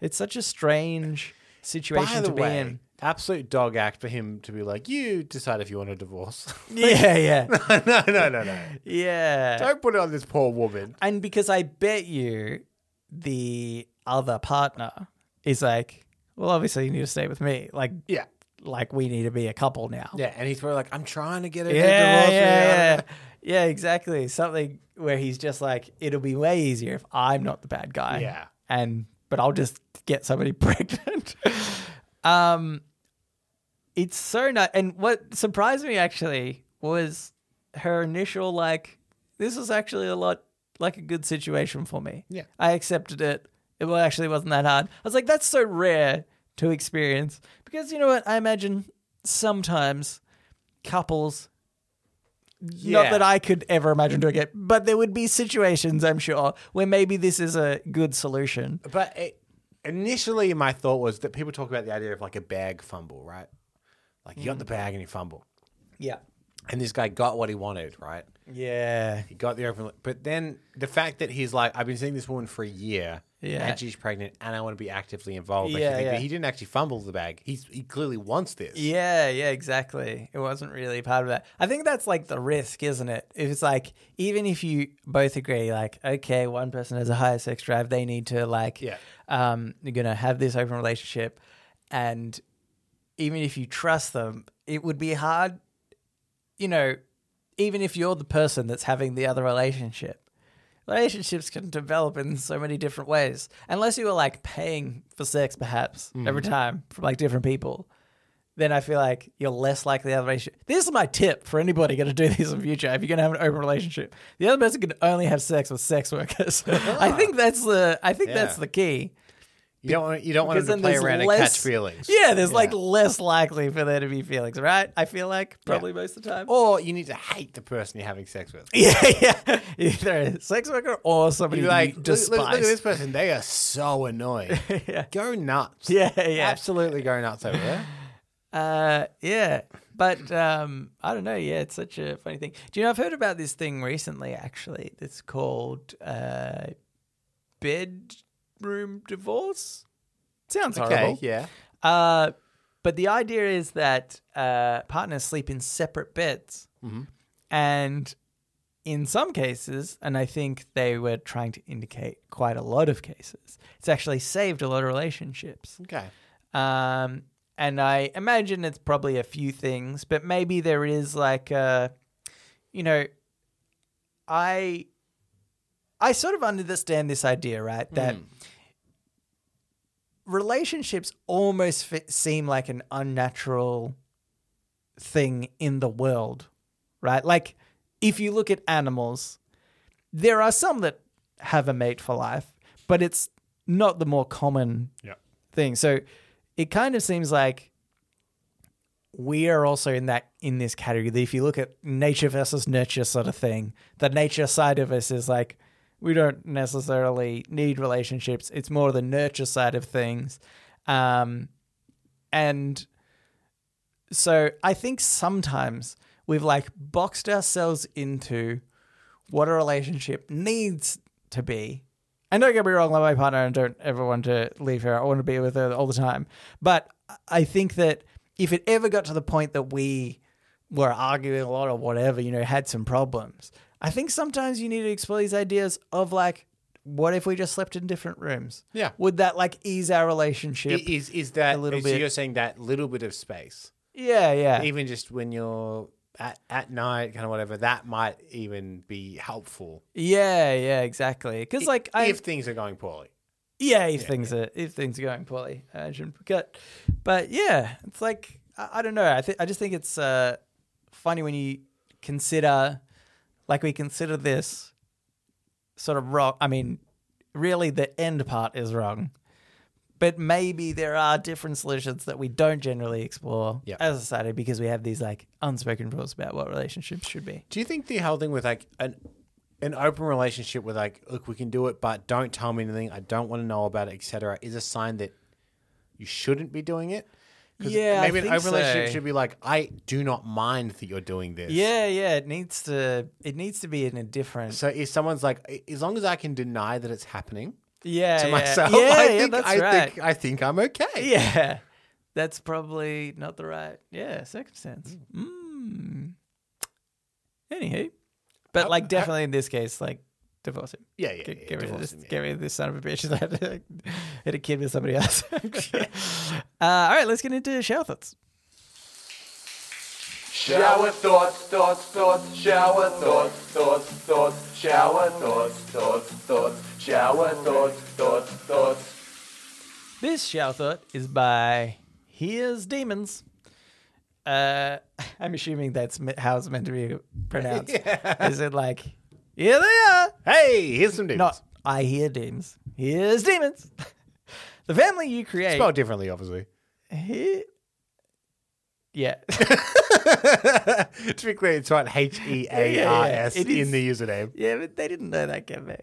[SPEAKER 3] It's such a strange
[SPEAKER 2] By
[SPEAKER 3] situation
[SPEAKER 2] the
[SPEAKER 3] to
[SPEAKER 2] way,
[SPEAKER 3] be in.
[SPEAKER 2] absolute dog act for him to be like, you decide if you want a divorce.
[SPEAKER 3] Yeah, yeah,
[SPEAKER 2] no, no, no, no.
[SPEAKER 3] yeah.
[SPEAKER 2] Don't put it on this poor woman.
[SPEAKER 3] And because I bet you the other partner is like, well, obviously you need to stay with me. Like,
[SPEAKER 2] Yeah.
[SPEAKER 3] like we need to be a couple now.
[SPEAKER 2] Yeah, and he's probably like, I'm trying to get a
[SPEAKER 3] yeah, yeah,
[SPEAKER 2] divorce.
[SPEAKER 3] yeah. Yeah, exactly. Something where he's just like, it'll be way easier if I'm not the bad guy.
[SPEAKER 2] Yeah.
[SPEAKER 3] and but I'll just get somebody pregnant. um, it's so nice. And what surprised me actually was her initial like, this was actually a lot like a good situation for me.
[SPEAKER 2] Yeah.
[SPEAKER 3] I accepted it. It wa- actually wasn't that hard. I was like, that's so rare to experience because you know what? I imagine sometimes couples. Not
[SPEAKER 2] Yeah.
[SPEAKER 3] that I could ever imagine doing it, but there would be situations, I'm sure, where maybe this is a good solution.
[SPEAKER 2] But it, initially, my thought was that people talk about the idea of like a bag fumble, right? Like you got the bag and you fumble.
[SPEAKER 3] Yeah.
[SPEAKER 2] And this guy got what he wanted, right?
[SPEAKER 3] Yeah.
[SPEAKER 2] He got the open. But then the fact that he's like, I've been seeing this woman for a year.
[SPEAKER 3] Yeah.
[SPEAKER 2] And she's pregnant, and I want to be actively involved. Makes you
[SPEAKER 3] Yeah,
[SPEAKER 2] think that
[SPEAKER 3] yeah.
[SPEAKER 2] He didn't actually fumble the bag. He's, he clearly wants this.
[SPEAKER 3] Yeah, yeah, exactly. It wasn't really part of that. I think that's like the risk, isn't it? If it's like, even if you both agree, like, okay, one person has a higher sex drive, they need to, like,
[SPEAKER 2] Yeah.
[SPEAKER 3] um, you're going to have this open relationship. And even if you trust them, it would be hard, you know, even if you're the person that's having the other relationship. Relationships can develop in so many different ways. Unless you were like paying for sex, perhaps,
[SPEAKER 2] Mm-hmm.
[SPEAKER 3] every time from like different people then I feel like you're less likely to have a relationship. This is my tip for anybody going to do this in future. If you're going to have an open relationship, the other person can only have sex with sex workers. I think that's the I think that's
[SPEAKER 2] Ah. Yeah.
[SPEAKER 3] the key.
[SPEAKER 2] You don't want, you don't want him
[SPEAKER 3] Because then
[SPEAKER 2] to play
[SPEAKER 3] there's
[SPEAKER 2] around and
[SPEAKER 3] less-
[SPEAKER 2] catch feelings.
[SPEAKER 3] Yeah, there's like less likely for there to be feelings, right? I feel like probably most of the time.
[SPEAKER 2] Or you need to hate the person you're having sex with.
[SPEAKER 3] yeah, yeah. Either a sex worker or somebody
[SPEAKER 2] You're
[SPEAKER 3] you
[SPEAKER 2] like, look,
[SPEAKER 3] despise.
[SPEAKER 2] look, look at this person. They are so annoying. Go nuts.
[SPEAKER 3] Yeah, yeah.
[SPEAKER 2] Absolutely go nuts over there.
[SPEAKER 3] Uh, yeah, but um, I don't know. Yeah, it's such a funny thing. Do you know? I've heard about this thing recently, actually. That's called uh, bedroom divorce. Sounds horrible.
[SPEAKER 2] yeah.
[SPEAKER 3] Uh, but the idea is that uh, partners sleep in separate beds, and in some cases, and I think they were trying to indicate quite a lot of cases, it's actually saved a lot of relationships.
[SPEAKER 2] Okay.
[SPEAKER 3] Um, and I imagine it's probably a few things, but maybe there is like a, you know, I, I sort of understand this idea, right? That relationships almost fi seem like an unnatural thing in the world, right? Like if you look at animals, there are some that have a mate for life, but it's not the more common
[SPEAKER 2] Yeah.
[SPEAKER 3] thing. So it kind of seems like we are also in that in this category that if you look at nature versus nurture sort of thing, the nature side of us is like we don't necessarily need relationships. It's more the nurture side of things. Um, and so I think sometimes we've like boxed ourselves into what a relationship needs to be. And don't get me wrong, love my partner and don't ever want to leave her. I want to be with her all the time. But I think that if it ever got to the point that we were arguing a lot or whatever, you know, had some problems, I think sometimes you need to explore these ideas of like, what if we just slept in different rooms?
[SPEAKER 2] Yeah. E-,
[SPEAKER 3] Would that like ease our relationship?
[SPEAKER 2] I- Is is that
[SPEAKER 3] A little
[SPEAKER 2] so
[SPEAKER 3] bit.
[SPEAKER 2] You're saying that little bit of space,
[SPEAKER 3] yeah, yeah.
[SPEAKER 2] even just when you're at at night, kind of whatever. That might even be helpful
[SPEAKER 3] yeah, yeah, exactly. Because like I
[SPEAKER 2] if things are going poorly.
[SPEAKER 3] Yeah, if things are if things are going poorly, I shouldn't forget. But yeah, it's like I, I don't know. I think I just think it's uh, funny when you consider, like we consider this sort of wrong. I mean, really, the end part is wrong, but maybe there are different solutions that we don't generally explore
[SPEAKER 2] Yeah.
[SPEAKER 3] as a society because we have these like unspoken rules about what relationships should be.
[SPEAKER 2] Do you think the whole thing with like an an open relationship with like, look, we can do it, but don't tell me anything. I don't want to know about it, etc. Is a sign that you shouldn't be doing it. 'Cause
[SPEAKER 3] Yeah, I
[SPEAKER 2] maybe an
[SPEAKER 3] think
[SPEAKER 2] open relationship
[SPEAKER 3] so.
[SPEAKER 2] should be like, I do not mind that you're doing this.
[SPEAKER 3] Yeah, yeah, it needs to it needs to be in a different.
[SPEAKER 2] So if someone's like, "A- as long as I can deny that it's happening
[SPEAKER 3] yeah,
[SPEAKER 2] to
[SPEAKER 3] yeah.
[SPEAKER 2] myself,
[SPEAKER 3] Yeah,
[SPEAKER 2] I
[SPEAKER 3] yeah,
[SPEAKER 2] think
[SPEAKER 3] that's
[SPEAKER 2] I
[SPEAKER 3] right.
[SPEAKER 2] think I think I'm okay.
[SPEAKER 3] Yeah. That's probably not the right yeah circumstance. Mm. Anywho, but
[SPEAKER 2] I-
[SPEAKER 3] like
[SPEAKER 2] I-
[SPEAKER 3] definitely in this case, like divorce him.
[SPEAKER 2] yeah, yeah.
[SPEAKER 3] Get,
[SPEAKER 2] yeah,
[SPEAKER 3] get rid of
[SPEAKER 2] divorce
[SPEAKER 3] this.
[SPEAKER 2] him, yeah.
[SPEAKER 3] Get rid of this son of a bitch that had a, had a kid with somebody else. uh, all right, let's get into shower thoughts.
[SPEAKER 5] Shower thoughts, thoughts, thoughts, shower thoughts, thoughts, thoughts, shower thoughts, thoughts, thoughts, shower thoughts, thoughts, thoughts.
[SPEAKER 3] This shower thought is by Here's Demons. Uh, I'm assuming that's me- how it's meant to be pronounced. Is it like here they are?
[SPEAKER 2] Hey, here's some dudes.
[SPEAKER 3] Not I hear demons. Here's demons. the family you create.
[SPEAKER 2] Spelled differently, obviously.
[SPEAKER 3] He- yeah.
[SPEAKER 2] to be clear, it's not H E A R S
[SPEAKER 3] Yeah, yeah, yeah. It is-
[SPEAKER 2] in the username.
[SPEAKER 3] yeah, but they didn't know that, Kevin.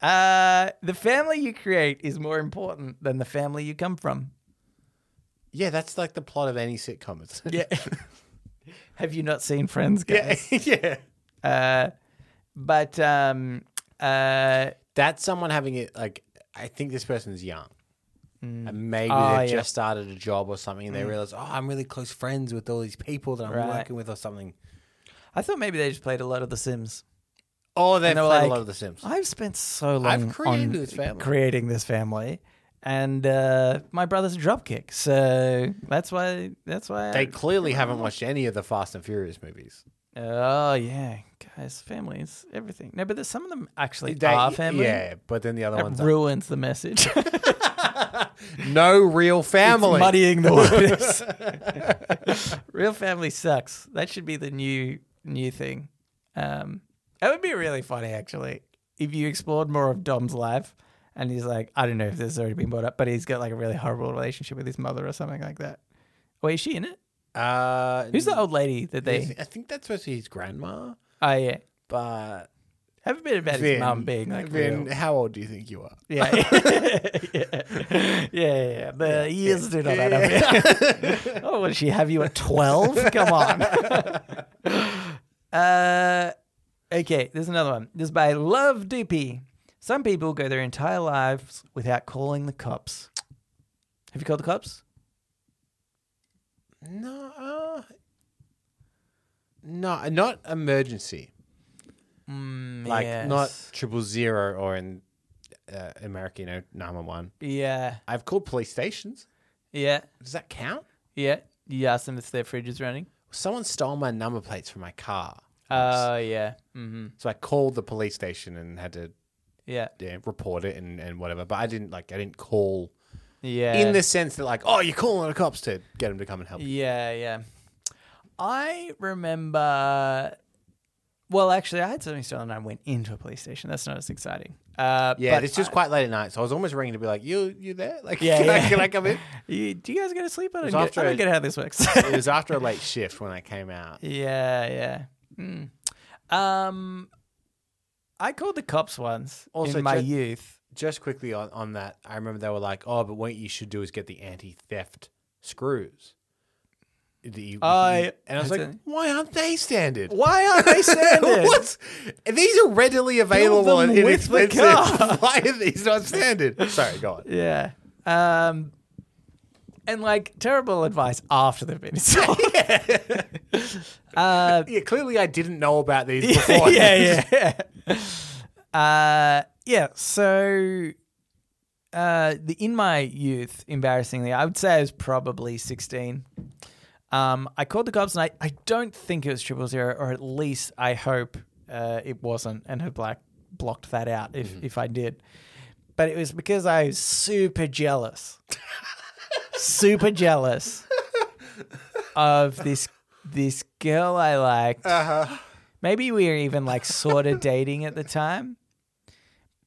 [SPEAKER 3] Uh, the family you create is more important than the family you come from.
[SPEAKER 2] Yeah, that's like the plot of any sitcom. It's
[SPEAKER 3] Yeah. Have you not seen Friends,
[SPEAKER 2] yeah,
[SPEAKER 3] guys?
[SPEAKER 2] yeah.
[SPEAKER 3] Uh, but um, uh,
[SPEAKER 2] That's someone having it. Like, I think this person's young. And maybe
[SPEAKER 3] Ah,
[SPEAKER 2] they've
[SPEAKER 3] yeah.
[SPEAKER 2] just started a job or something, and they realize, oh, I'm really close friends with all these people that I'm
[SPEAKER 3] Right.
[SPEAKER 2] working with or something.
[SPEAKER 3] I thought maybe they just played a lot of The Sims.
[SPEAKER 2] Oh, they've
[SPEAKER 3] And they're
[SPEAKER 2] played a
[SPEAKER 3] like,
[SPEAKER 2] lot of The Sims.
[SPEAKER 3] I've spent so long
[SPEAKER 2] I've
[SPEAKER 3] on
[SPEAKER 2] created this family."
[SPEAKER 3] creating this family, and uh, my brother's a dropkick, so that's why. That's why.
[SPEAKER 2] They clearly haven't watched any of the Fast and Furious movies.
[SPEAKER 3] I, oh yeah, guys, families, everything. No, but there's some of them actually
[SPEAKER 2] They,
[SPEAKER 3] are family.
[SPEAKER 2] Yeah, but then the other
[SPEAKER 3] That
[SPEAKER 2] ones are
[SPEAKER 3] ruins the message.
[SPEAKER 2] no real family.
[SPEAKER 3] It's muddying the waters. Real family sucks. That should be the new new thing. Um, that would be really funny, actually, if you explored more of Dom's life. And he's like, I don't know if this has already been brought up, but he's got like a really horrible relationship with his mother or something like that. Wait, is she in it?
[SPEAKER 2] Uh,
[SPEAKER 3] Who's the old lady that
[SPEAKER 2] I
[SPEAKER 3] they?
[SPEAKER 2] thi- I think that's supposed to be his grandma,
[SPEAKER 3] Oh yeah,
[SPEAKER 2] but
[SPEAKER 3] have a bit about his
[SPEAKER 2] Vin,
[SPEAKER 3] mum being like
[SPEAKER 2] Vin,
[SPEAKER 3] real.
[SPEAKER 2] how old do you think you are?
[SPEAKER 3] Yeah. yeah, yeah, yeah. The years do not add up. oh, would she have you at twelve? Come on. uh, okay, there's another one. This is by Love Doopy. Some people go their entire lives without calling the cops. Have you called the cops?
[SPEAKER 2] No, uh, no, not emergency.
[SPEAKER 3] Mm,
[SPEAKER 2] like not triple zero or in uh, America, you know, nine one one.
[SPEAKER 3] Yeah,
[SPEAKER 2] I've called police stations.
[SPEAKER 3] yeah,
[SPEAKER 2] Does that count?
[SPEAKER 3] yeah. You ask them if their fridge is running.
[SPEAKER 2] Someone stole my number plates from my car,
[SPEAKER 3] Oh yeah, mm-hmm.
[SPEAKER 2] so I called the police station and had to
[SPEAKER 3] yeah,
[SPEAKER 2] yeah, report it and, and whatever. But I didn't like I didn't call
[SPEAKER 3] yeah.
[SPEAKER 2] in the sense that like, oh, you're calling the cops to get them to come and help. you.
[SPEAKER 3] Yeah, yeah. I remember. Well, actually, I had something stolen and I went into a police station. That's not as exciting. Uh,
[SPEAKER 2] Yeah,
[SPEAKER 3] but
[SPEAKER 2] it's just
[SPEAKER 3] I-
[SPEAKER 2] quite late at night, so I was almost ringing to be like, "You, you there? Like,
[SPEAKER 3] Yeah,
[SPEAKER 2] can,
[SPEAKER 3] yeah.
[SPEAKER 2] I, can I come in?"
[SPEAKER 3] You, do you guys go to sleep? I don't,
[SPEAKER 2] was
[SPEAKER 3] get,
[SPEAKER 2] after
[SPEAKER 3] I don't
[SPEAKER 2] I-
[SPEAKER 3] get how this works.
[SPEAKER 2] It was after a late shift when I came out.
[SPEAKER 3] yeah, yeah. Hmm. Um, I called the cops once
[SPEAKER 2] Also,
[SPEAKER 3] in my
[SPEAKER 2] ju-
[SPEAKER 3] youth.
[SPEAKER 2] Just quickly on, on that, I remember they were like, "Oh, but what you should do is get the anti-theft screws." That you-
[SPEAKER 3] I-
[SPEAKER 2] you- and I was like,
[SPEAKER 3] That's it.
[SPEAKER 2] "Why aren't they standard?
[SPEAKER 3] Why aren't they standard?
[SPEAKER 2] What's these are readily available
[SPEAKER 3] them
[SPEAKER 2] and
[SPEAKER 3] with the
[SPEAKER 2] inexpensive.
[SPEAKER 3] car.
[SPEAKER 2] Why are these not standard? Sorry, go on.
[SPEAKER 3] Yeah. Um, and like terrible advice after they've been installed.
[SPEAKER 2] yeah, clearly I didn't know about these before.
[SPEAKER 3] yeah, yeah. uh, yeah. So, uh, the in my youth, embarrassingly, I would say I was probably sixteen. Um, I called the cops, and I, I don't think it was triple zero, or at least I hope uh, it wasn't, and had black blocked that out if if I did. But it was because I was super jealous, super jealous of this this girl I liked. Maybe we were even like sort of dating at the time.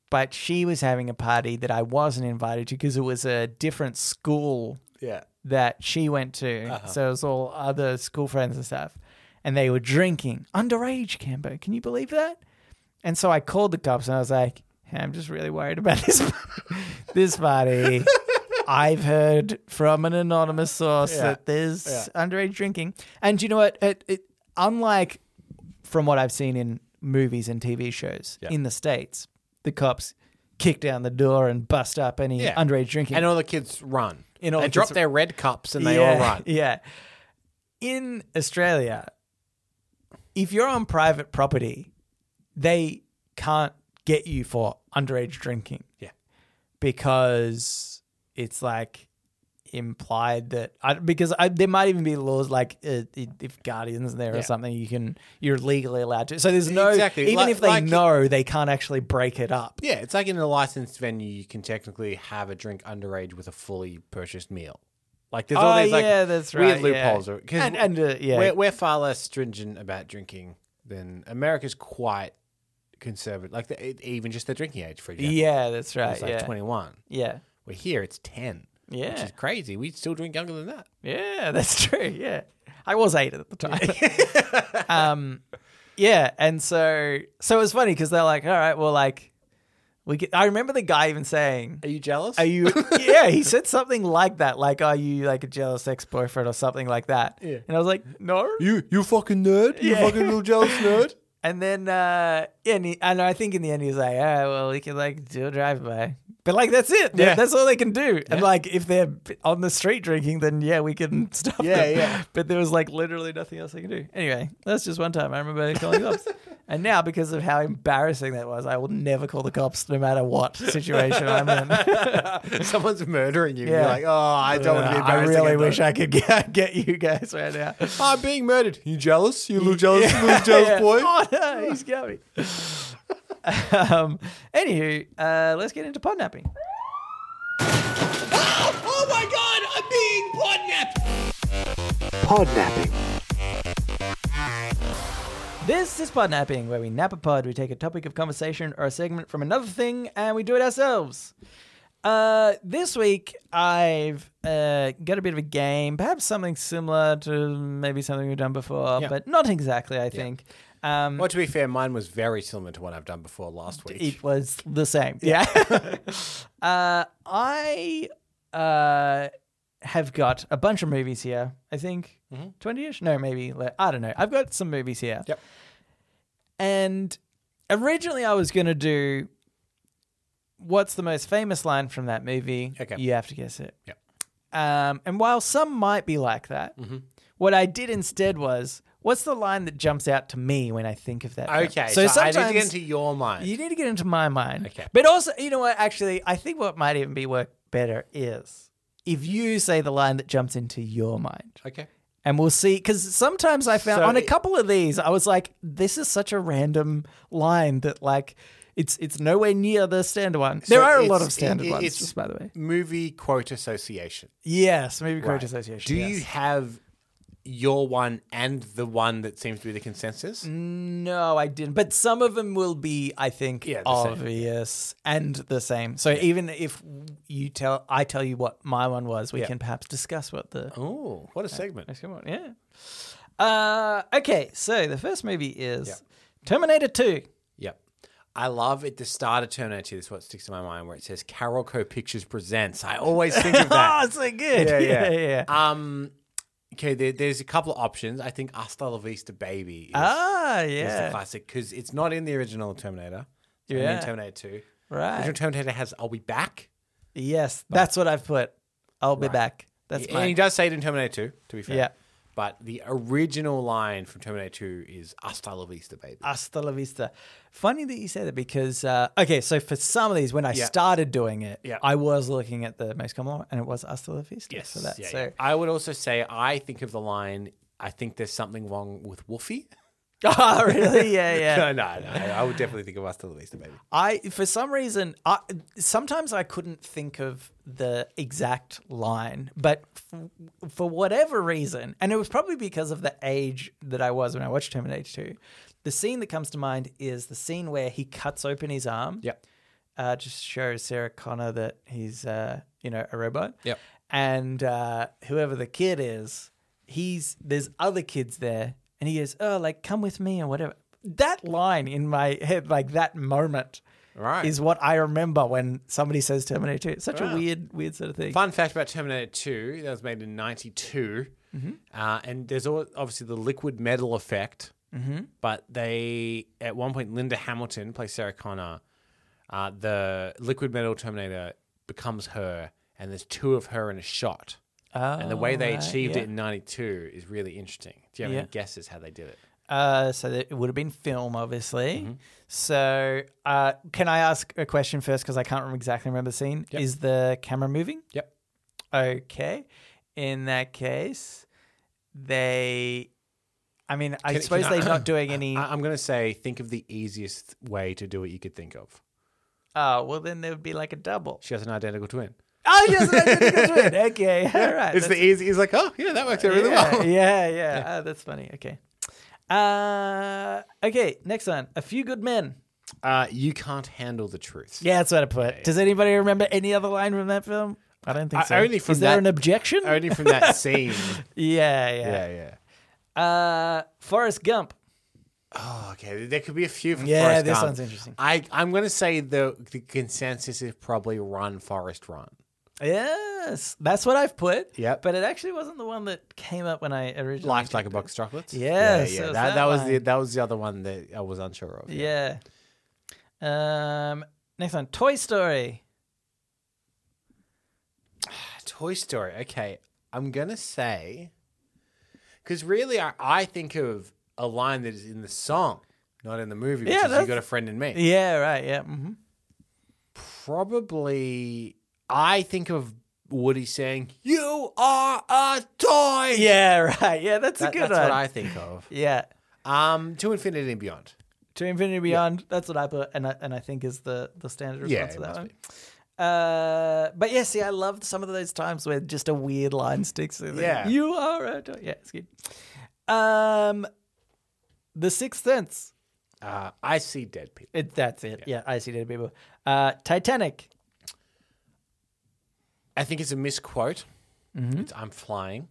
[SPEAKER 3] But she was having a party that I wasn't invited to because it was a different school
[SPEAKER 2] yeah.
[SPEAKER 3] that she went to.
[SPEAKER 2] Uh-huh.
[SPEAKER 3] So it was all other school friends and stuff. And they were drinking underage, Cambo. Can you believe that? And so I called the cops and I was like, hey, I'm just really worried about this, this party. I've heard from an anonymous source
[SPEAKER 2] Yeah.
[SPEAKER 3] that there's underage drinking. And you know what? It, it, unlike from what I've seen in movies and TV shows
[SPEAKER 2] Yeah.
[SPEAKER 3] in the States, the cops kick down the door and bust up any
[SPEAKER 2] Yeah.
[SPEAKER 3] underage drinking.
[SPEAKER 2] And all the kids run.
[SPEAKER 3] And all
[SPEAKER 2] they
[SPEAKER 3] the
[SPEAKER 2] drop
[SPEAKER 3] kids-
[SPEAKER 2] their red cups and they
[SPEAKER 3] yeah,
[SPEAKER 2] all run.
[SPEAKER 3] Yeah. In Australia, if you're on private property, they can't get you for underage drinking.
[SPEAKER 2] Yeah.
[SPEAKER 3] Because it's like implied that I, because I, there might even be laws like uh, i- if guardians there
[SPEAKER 2] Yeah.
[SPEAKER 3] or something you can you're legally allowed to so there's no
[SPEAKER 2] Exactly.
[SPEAKER 3] even
[SPEAKER 2] Like-
[SPEAKER 3] if they
[SPEAKER 2] like-
[SPEAKER 3] know they can't actually break it up
[SPEAKER 2] Yeah, it's like in a licensed venue, you can technically have a drink underage with a fully purchased meal. Like there's all
[SPEAKER 3] Oh,
[SPEAKER 2] these like
[SPEAKER 3] yeah, that's
[SPEAKER 2] weird
[SPEAKER 3] right, yeah.
[SPEAKER 2] loopholes. 'Cause
[SPEAKER 3] And- and, uh, yeah.
[SPEAKER 2] we're, we're far less stringent about drinking than America's quite conservative. Like the, it- even just the drinking age for example,
[SPEAKER 3] yeah that's right
[SPEAKER 2] it's like
[SPEAKER 3] yeah
[SPEAKER 2] 21.
[SPEAKER 3] yeah
[SPEAKER 2] We're here, it's 10. which
[SPEAKER 3] Yeah.
[SPEAKER 2] is crazy. We still drink younger than that.
[SPEAKER 3] Yeah, that's true. Yeah. I was eight at the time. um, yeah. And so, so it was funny because they're like, all right, well, like, we get, I remember the guy even saying,
[SPEAKER 2] Are you jealous?
[SPEAKER 3] are you, yeah, he said something like that. Like, are you like a jealous ex boyfriend or something like that? Yeah. And I was like, no.
[SPEAKER 2] you you fucking nerd? You
[SPEAKER 3] Yeah.
[SPEAKER 2] fucking little jealous nerd?
[SPEAKER 3] And then, uh, yeah, and, he, and I think in the end he was like, all right, well, we can like do a drive by. But like, that's it.
[SPEAKER 2] Yeah.
[SPEAKER 3] That's all they can do. And like, if they're on the street drinking, then yeah, we can stop
[SPEAKER 2] Yeah,
[SPEAKER 3] them.
[SPEAKER 2] yeah.
[SPEAKER 3] But there was like literally nothing else they can do. Anyway, that's just one time I remember calling the cops. And now, because of how embarrassing that was, I will never call the cops no matter what situation I'm in.
[SPEAKER 2] Someone's murdering you.
[SPEAKER 3] Yeah.
[SPEAKER 2] You're like, oh, I don't want to be
[SPEAKER 3] I
[SPEAKER 2] embarrassed.
[SPEAKER 3] really
[SPEAKER 2] again,
[SPEAKER 3] wish
[SPEAKER 2] though."
[SPEAKER 3] I could get, get you guys right now.
[SPEAKER 2] I'm being murdered. You jealous? You little jealous, little jealous
[SPEAKER 3] Yeah.
[SPEAKER 2] boy?
[SPEAKER 3] Oh, no, he's going. um, anywho, uh, let's get into pod napping.
[SPEAKER 2] oh
[SPEAKER 3] This is pod napping, where we nap a pod. We take a topic of conversation or a segment from another thing, and we do it ourselves. Uh, this week, I've uh, got a bit of a game, perhaps something similar to maybe something we've done before,
[SPEAKER 2] Yeah.
[SPEAKER 3] but not exactly. I think um,
[SPEAKER 2] Well, to be fair, mine was very similar to what I've done before last week.
[SPEAKER 3] it was the same. Yeah. uh, I uh, have got a bunch of movies here. I think 20 ish? No, maybe. le- I don't know. I've got some movies here.
[SPEAKER 2] Mm-hmm. Yep.
[SPEAKER 3] And originally I was going to do what's the most famous line from that movie?
[SPEAKER 2] Okay.
[SPEAKER 3] You have to guess it.
[SPEAKER 2] Yep. Mm-hmm.
[SPEAKER 3] Um, and while some might be like that, what I did instead was. What's the line that jumps out to me when I think of that? film?
[SPEAKER 2] Okay, so, I need to
[SPEAKER 3] sometimes-
[SPEAKER 2] get into your mind.
[SPEAKER 3] you need to get into my mind.
[SPEAKER 2] Okay.
[SPEAKER 3] But also, you know what? Actually, I think what might even be work better is if you say the line that jumps into your mind.
[SPEAKER 2] okay.
[SPEAKER 3] And we'll see. Because sometimes I found
[SPEAKER 2] So
[SPEAKER 3] on a
[SPEAKER 2] it-
[SPEAKER 3] couple of these, I was like, this is such a random line that, like, it's it's nowhere near the standard one. there
[SPEAKER 2] So
[SPEAKER 3] are a
[SPEAKER 2] it's-
[SPEAKER 3] lot of standard
[SPEAKER 2] it-
[SPEAKER 3] ones,
[SPEAKER 2] it's-
[SPEAKER 3] just by the way.
[SPEAKER 2] Movie quote association.
[SPEAKER 3] Yes, maybe Quote
[SPEAKER 2] Right.
[SPEAKER 3] Association.
[SPEAKER 2] Do
[SPEAKER 3] yes.
[SPEAKER 2] you have your one and the one that seems to be the consensus?
[SPEAKER 3] Mm. No, I didn't. But some of them will be, I think,
[SPEAKER 2] Yeah, the same.
[SPEAKER 3] obvious and the same. So even if you tell, I tell you what my one was, we can perhaps discuss what the
[SPEAKER 2] Oh, what a segment.
[SPEAKER 3] next one. was. Yeah. Uh, okay, so the first movie is Terminator Two.
[SPEAKER 2] Yep. I love at the start of Terminator 2, this is what sticks to my mind, where it says Carol Co Pictures Presents. I always think of
[SPEAKER 3] Oh,
[SPEAKER 2] that.
[SPEAKER 3] it's so good.
[SPEAKER 2] Yeah, yeah.
[SPEAKER 3] yeah.
[SPEAKER 2] um, okay, there, there's a couple of options. I think Hasta la Vista Baby is,
[SPEAKER 3] ah,
[SPEAKER 2] is the
[SPEAKER 3] yeah.
[SPEAKER 2] classic because it's not in the original Terminator. Yeah.
[SPEAKER 3] Yeah.
[SPEAKER 2] in Terminator 2. The
[SPEAKER 3] Right.
[SPEAKER 2] original Terminator has I'll Be Back.
[SPEAKER 3] Yes, that's what I've put. I'll be back. That's
[SPEAKER 2] and
[SPEAKER 3] my
[SPEAKER 2] he does say it in Terminator 2, to be fair.
[SPEAKER 3] Yeah.
[SPEAKER 2] But the original line from Terminator 2 is Hasta la vista, baby.
[SPEAKER 3] hasta la vista. Funny that you say that because uh, okay, so for some of these, when I
[SPEAKER 2] Yeah.
[SPEAKER 3] started doing it,
[SPEAKER 2] Yeah.
[SPEAKER 3] I was looking at the most common one, and it was hasta la vista. so that's
[SPEAKER 2] yeah,
[SPEAKER 3] so.
[SPEAKER 2] yeah. I would also say I think of the line, I think there's something wrong with Wolfie.
[SPEAKER 3] Oh, really? Yeah, yeah.
[SPEAKER 2] no, no, no. I would definitely think of Hasta la vista, baby.
[SPEAKER 3] I for some reason I sometimes I couldn't think of the exact line, but f- for whatever reason, and it was probably because of the age that I was when I watched Terminator 2. The scene that comes to mind is the scene where he cuts open his arm.
[SPEAKER 2] Yep.
[SPEAKER 3] Uh, just shows Sarah Connor that he's uh, you know a robot.
[SPEAKER 2] Yep.
[SPEAKER 3] And uh, whoever the kid is, he's there's other kids there, and he goes, "Oh, like come with me or whatever." That line in my head, like that moment,
[SPEAKER 2] Right.
[SPEAKER 3] is what I remember when somebody says Terminator 2. It's such a weird, weird sort of thing.
[SPEAKER 2] Fun fact about Terminator 2 that was made in 92.
[SPEAKER 3] Mm-hmm.
[SPEAKER 2] Uh, and there's al- obviously the liquid metal effect. Mm-hmm. But they, at one point, Linda Hamilton plays Sarah Connor. Uh, the liquid metal Terminator becomes her, and there's two of her in a shot. and the way they
[SPEAKER 3] right,
[SPEAKER 2] achieved
[SPEAKER 3] yeah.
[SPEAKER 2] it in 92 is really interesting. Do you have
[SPEAKER 3] Yeah.
[SPEAKER 2] any guesses how they did it?
[SPEAKER 3] Uh, so that it would have been film, obviously.
[SPEAKER 2] Mm-hmm.
[SPEAKER 3] So, uh, can I ask a question first? Because I can't rem- exactly remember the scene. Is the camera moving?
[SPEAKER 2] Yep.
[SPEAKER 3] Okay. In that case, they. I mean, I
[SPEAKER 2] Can-
[SPEAKER 3] suppose
[SPEAKER 2] can I-
[SPEAKER 3] they're not doing any.
[SPEAKER 2] I- I'm going to say think of the easiest way to do it you could think of.
[SPEAKER 3] oh, well, then there would be like a double.
[SPEAKER 2] She has an identical twin.
[SPEAKER 3] Oh, yes, that's a good twin. Okay, all right. that's-
[SPEAKER 2] it's the easy. He's like, oh, yeah, that works out really
[SPEAKER 3] yeah,
[SPEAKER 2] well.
[SPEAKER 3] Yeah, yeah. Ah, that's funny. Okay. Uh, okay, next one. A few good men.
[SPEAKER 2] Uh, you can't handle the truth.
[SPEAKER 3] Yeah, that's what I put. Does anybody remember any other line from that film? I don't think
[SPEAKER 2] I-
[SPEAKER 3] so.
[SPEAKER 2] only from
[SPEAKER 3] Is there
[SPEAKER 2] that-
[SPEAKER 3] an objection?
[SPEAKER 2] Only from that scene.
[SPEAKER 3] yeah, yeah,
[SPEAKER 2] yeah, yeah.
[SPEAKER 3] Uh, Forrest Gump.
[SPEAKER 2] Oh, okay. There could be a few. From
[SPEAKER 3] Yeah,
[SPEAKER 2] Forrest
[SPEAKER 3] this
[SPEAKER 2] Gump.
[SPEAKER 3] one's interesting.
[SPEAKER 2] I I'm going to say the the consensus is probably Run Forest Run.
[SPEAKER 3] Yes, that's what I've put.
[SPEAKER 2] Yep.
[SPEAKER 3] But it actually wasn't the one that came up when I originally.
[SPEAKER 2] Life like a
[SPEAKER 3] checked
[SPEAKER 2] box of chocolates.
[SPEAKER 3] Yes,
[SPEAKER 2] yeah,
[SPEAKER 3] it
[SPEAKER 2] yeah.
[SPEAKER 3] was
[SPEAKER 2] That,
[SPEAKER 3] that
[SPEAKER 2] that, was the
[SPEAKER 3] line.
[SPEAKER 2] that was the other one that I was unsure of.
[SPEAKER 3] it. Yeah. Um. Next one, Toy Story.
[SPEAKER 2] Toy Story. Okay, I'm gonna say because really, I, I think of a line that is in the song, not in the movie. Which
[SPEAKER 3] Yeah,
[SPEAKER 2] is, you
[SPEAKER 3] that's-
[SPEAKER 2] got a friend in me.
[SPEAKER 3] Yeah. Right. Yeah. hmm
[SPEAKER 2] Probably, I think of Woody saying, "You are a toy."
[SPEAKER 3] Yeah. Right. Yeah. That's
[SPEAKER 2] That-
[SPEAKER 3] a good
[SPEAKER 2] that's
[SPEAKER 3] one.
[SPEAKER 2] what I think of.
[SPEAKER 3] yeah.
[SPEAKER 2] Um, to infinity and beyond.
[SPEAKER 3] To Infinity Beyond. That's what I put, and I, and I think is the the standard
[SPEAKER 2] Yeah,
[SPEAKER 3] response
[SPEAKER 2] it
[SPEAKER 3] to that
[SPEAKER 2] must
[SPEAKER 3] one.
[SPEAKER 2] be.
[SPEAKER 3] Uh, but yeah, see, I loved some of those times where just a weird line sticks. in there.
[SPEAKER 2] Yeah.
[SPEAKER 3] you are a dog. Yeah, it's good. Um, The Sixth Sense.
[SPEAKER 2] Uh, I see dead people.
[SPEAKER 3] It, that's it. Yeah. I see dead people. Uh, Titanic.
[SPEAKER 2] I think it's a misquote.
[SPEAKER 3] Mm-hmm.
[SPEAKER 2] It's, I'm flying.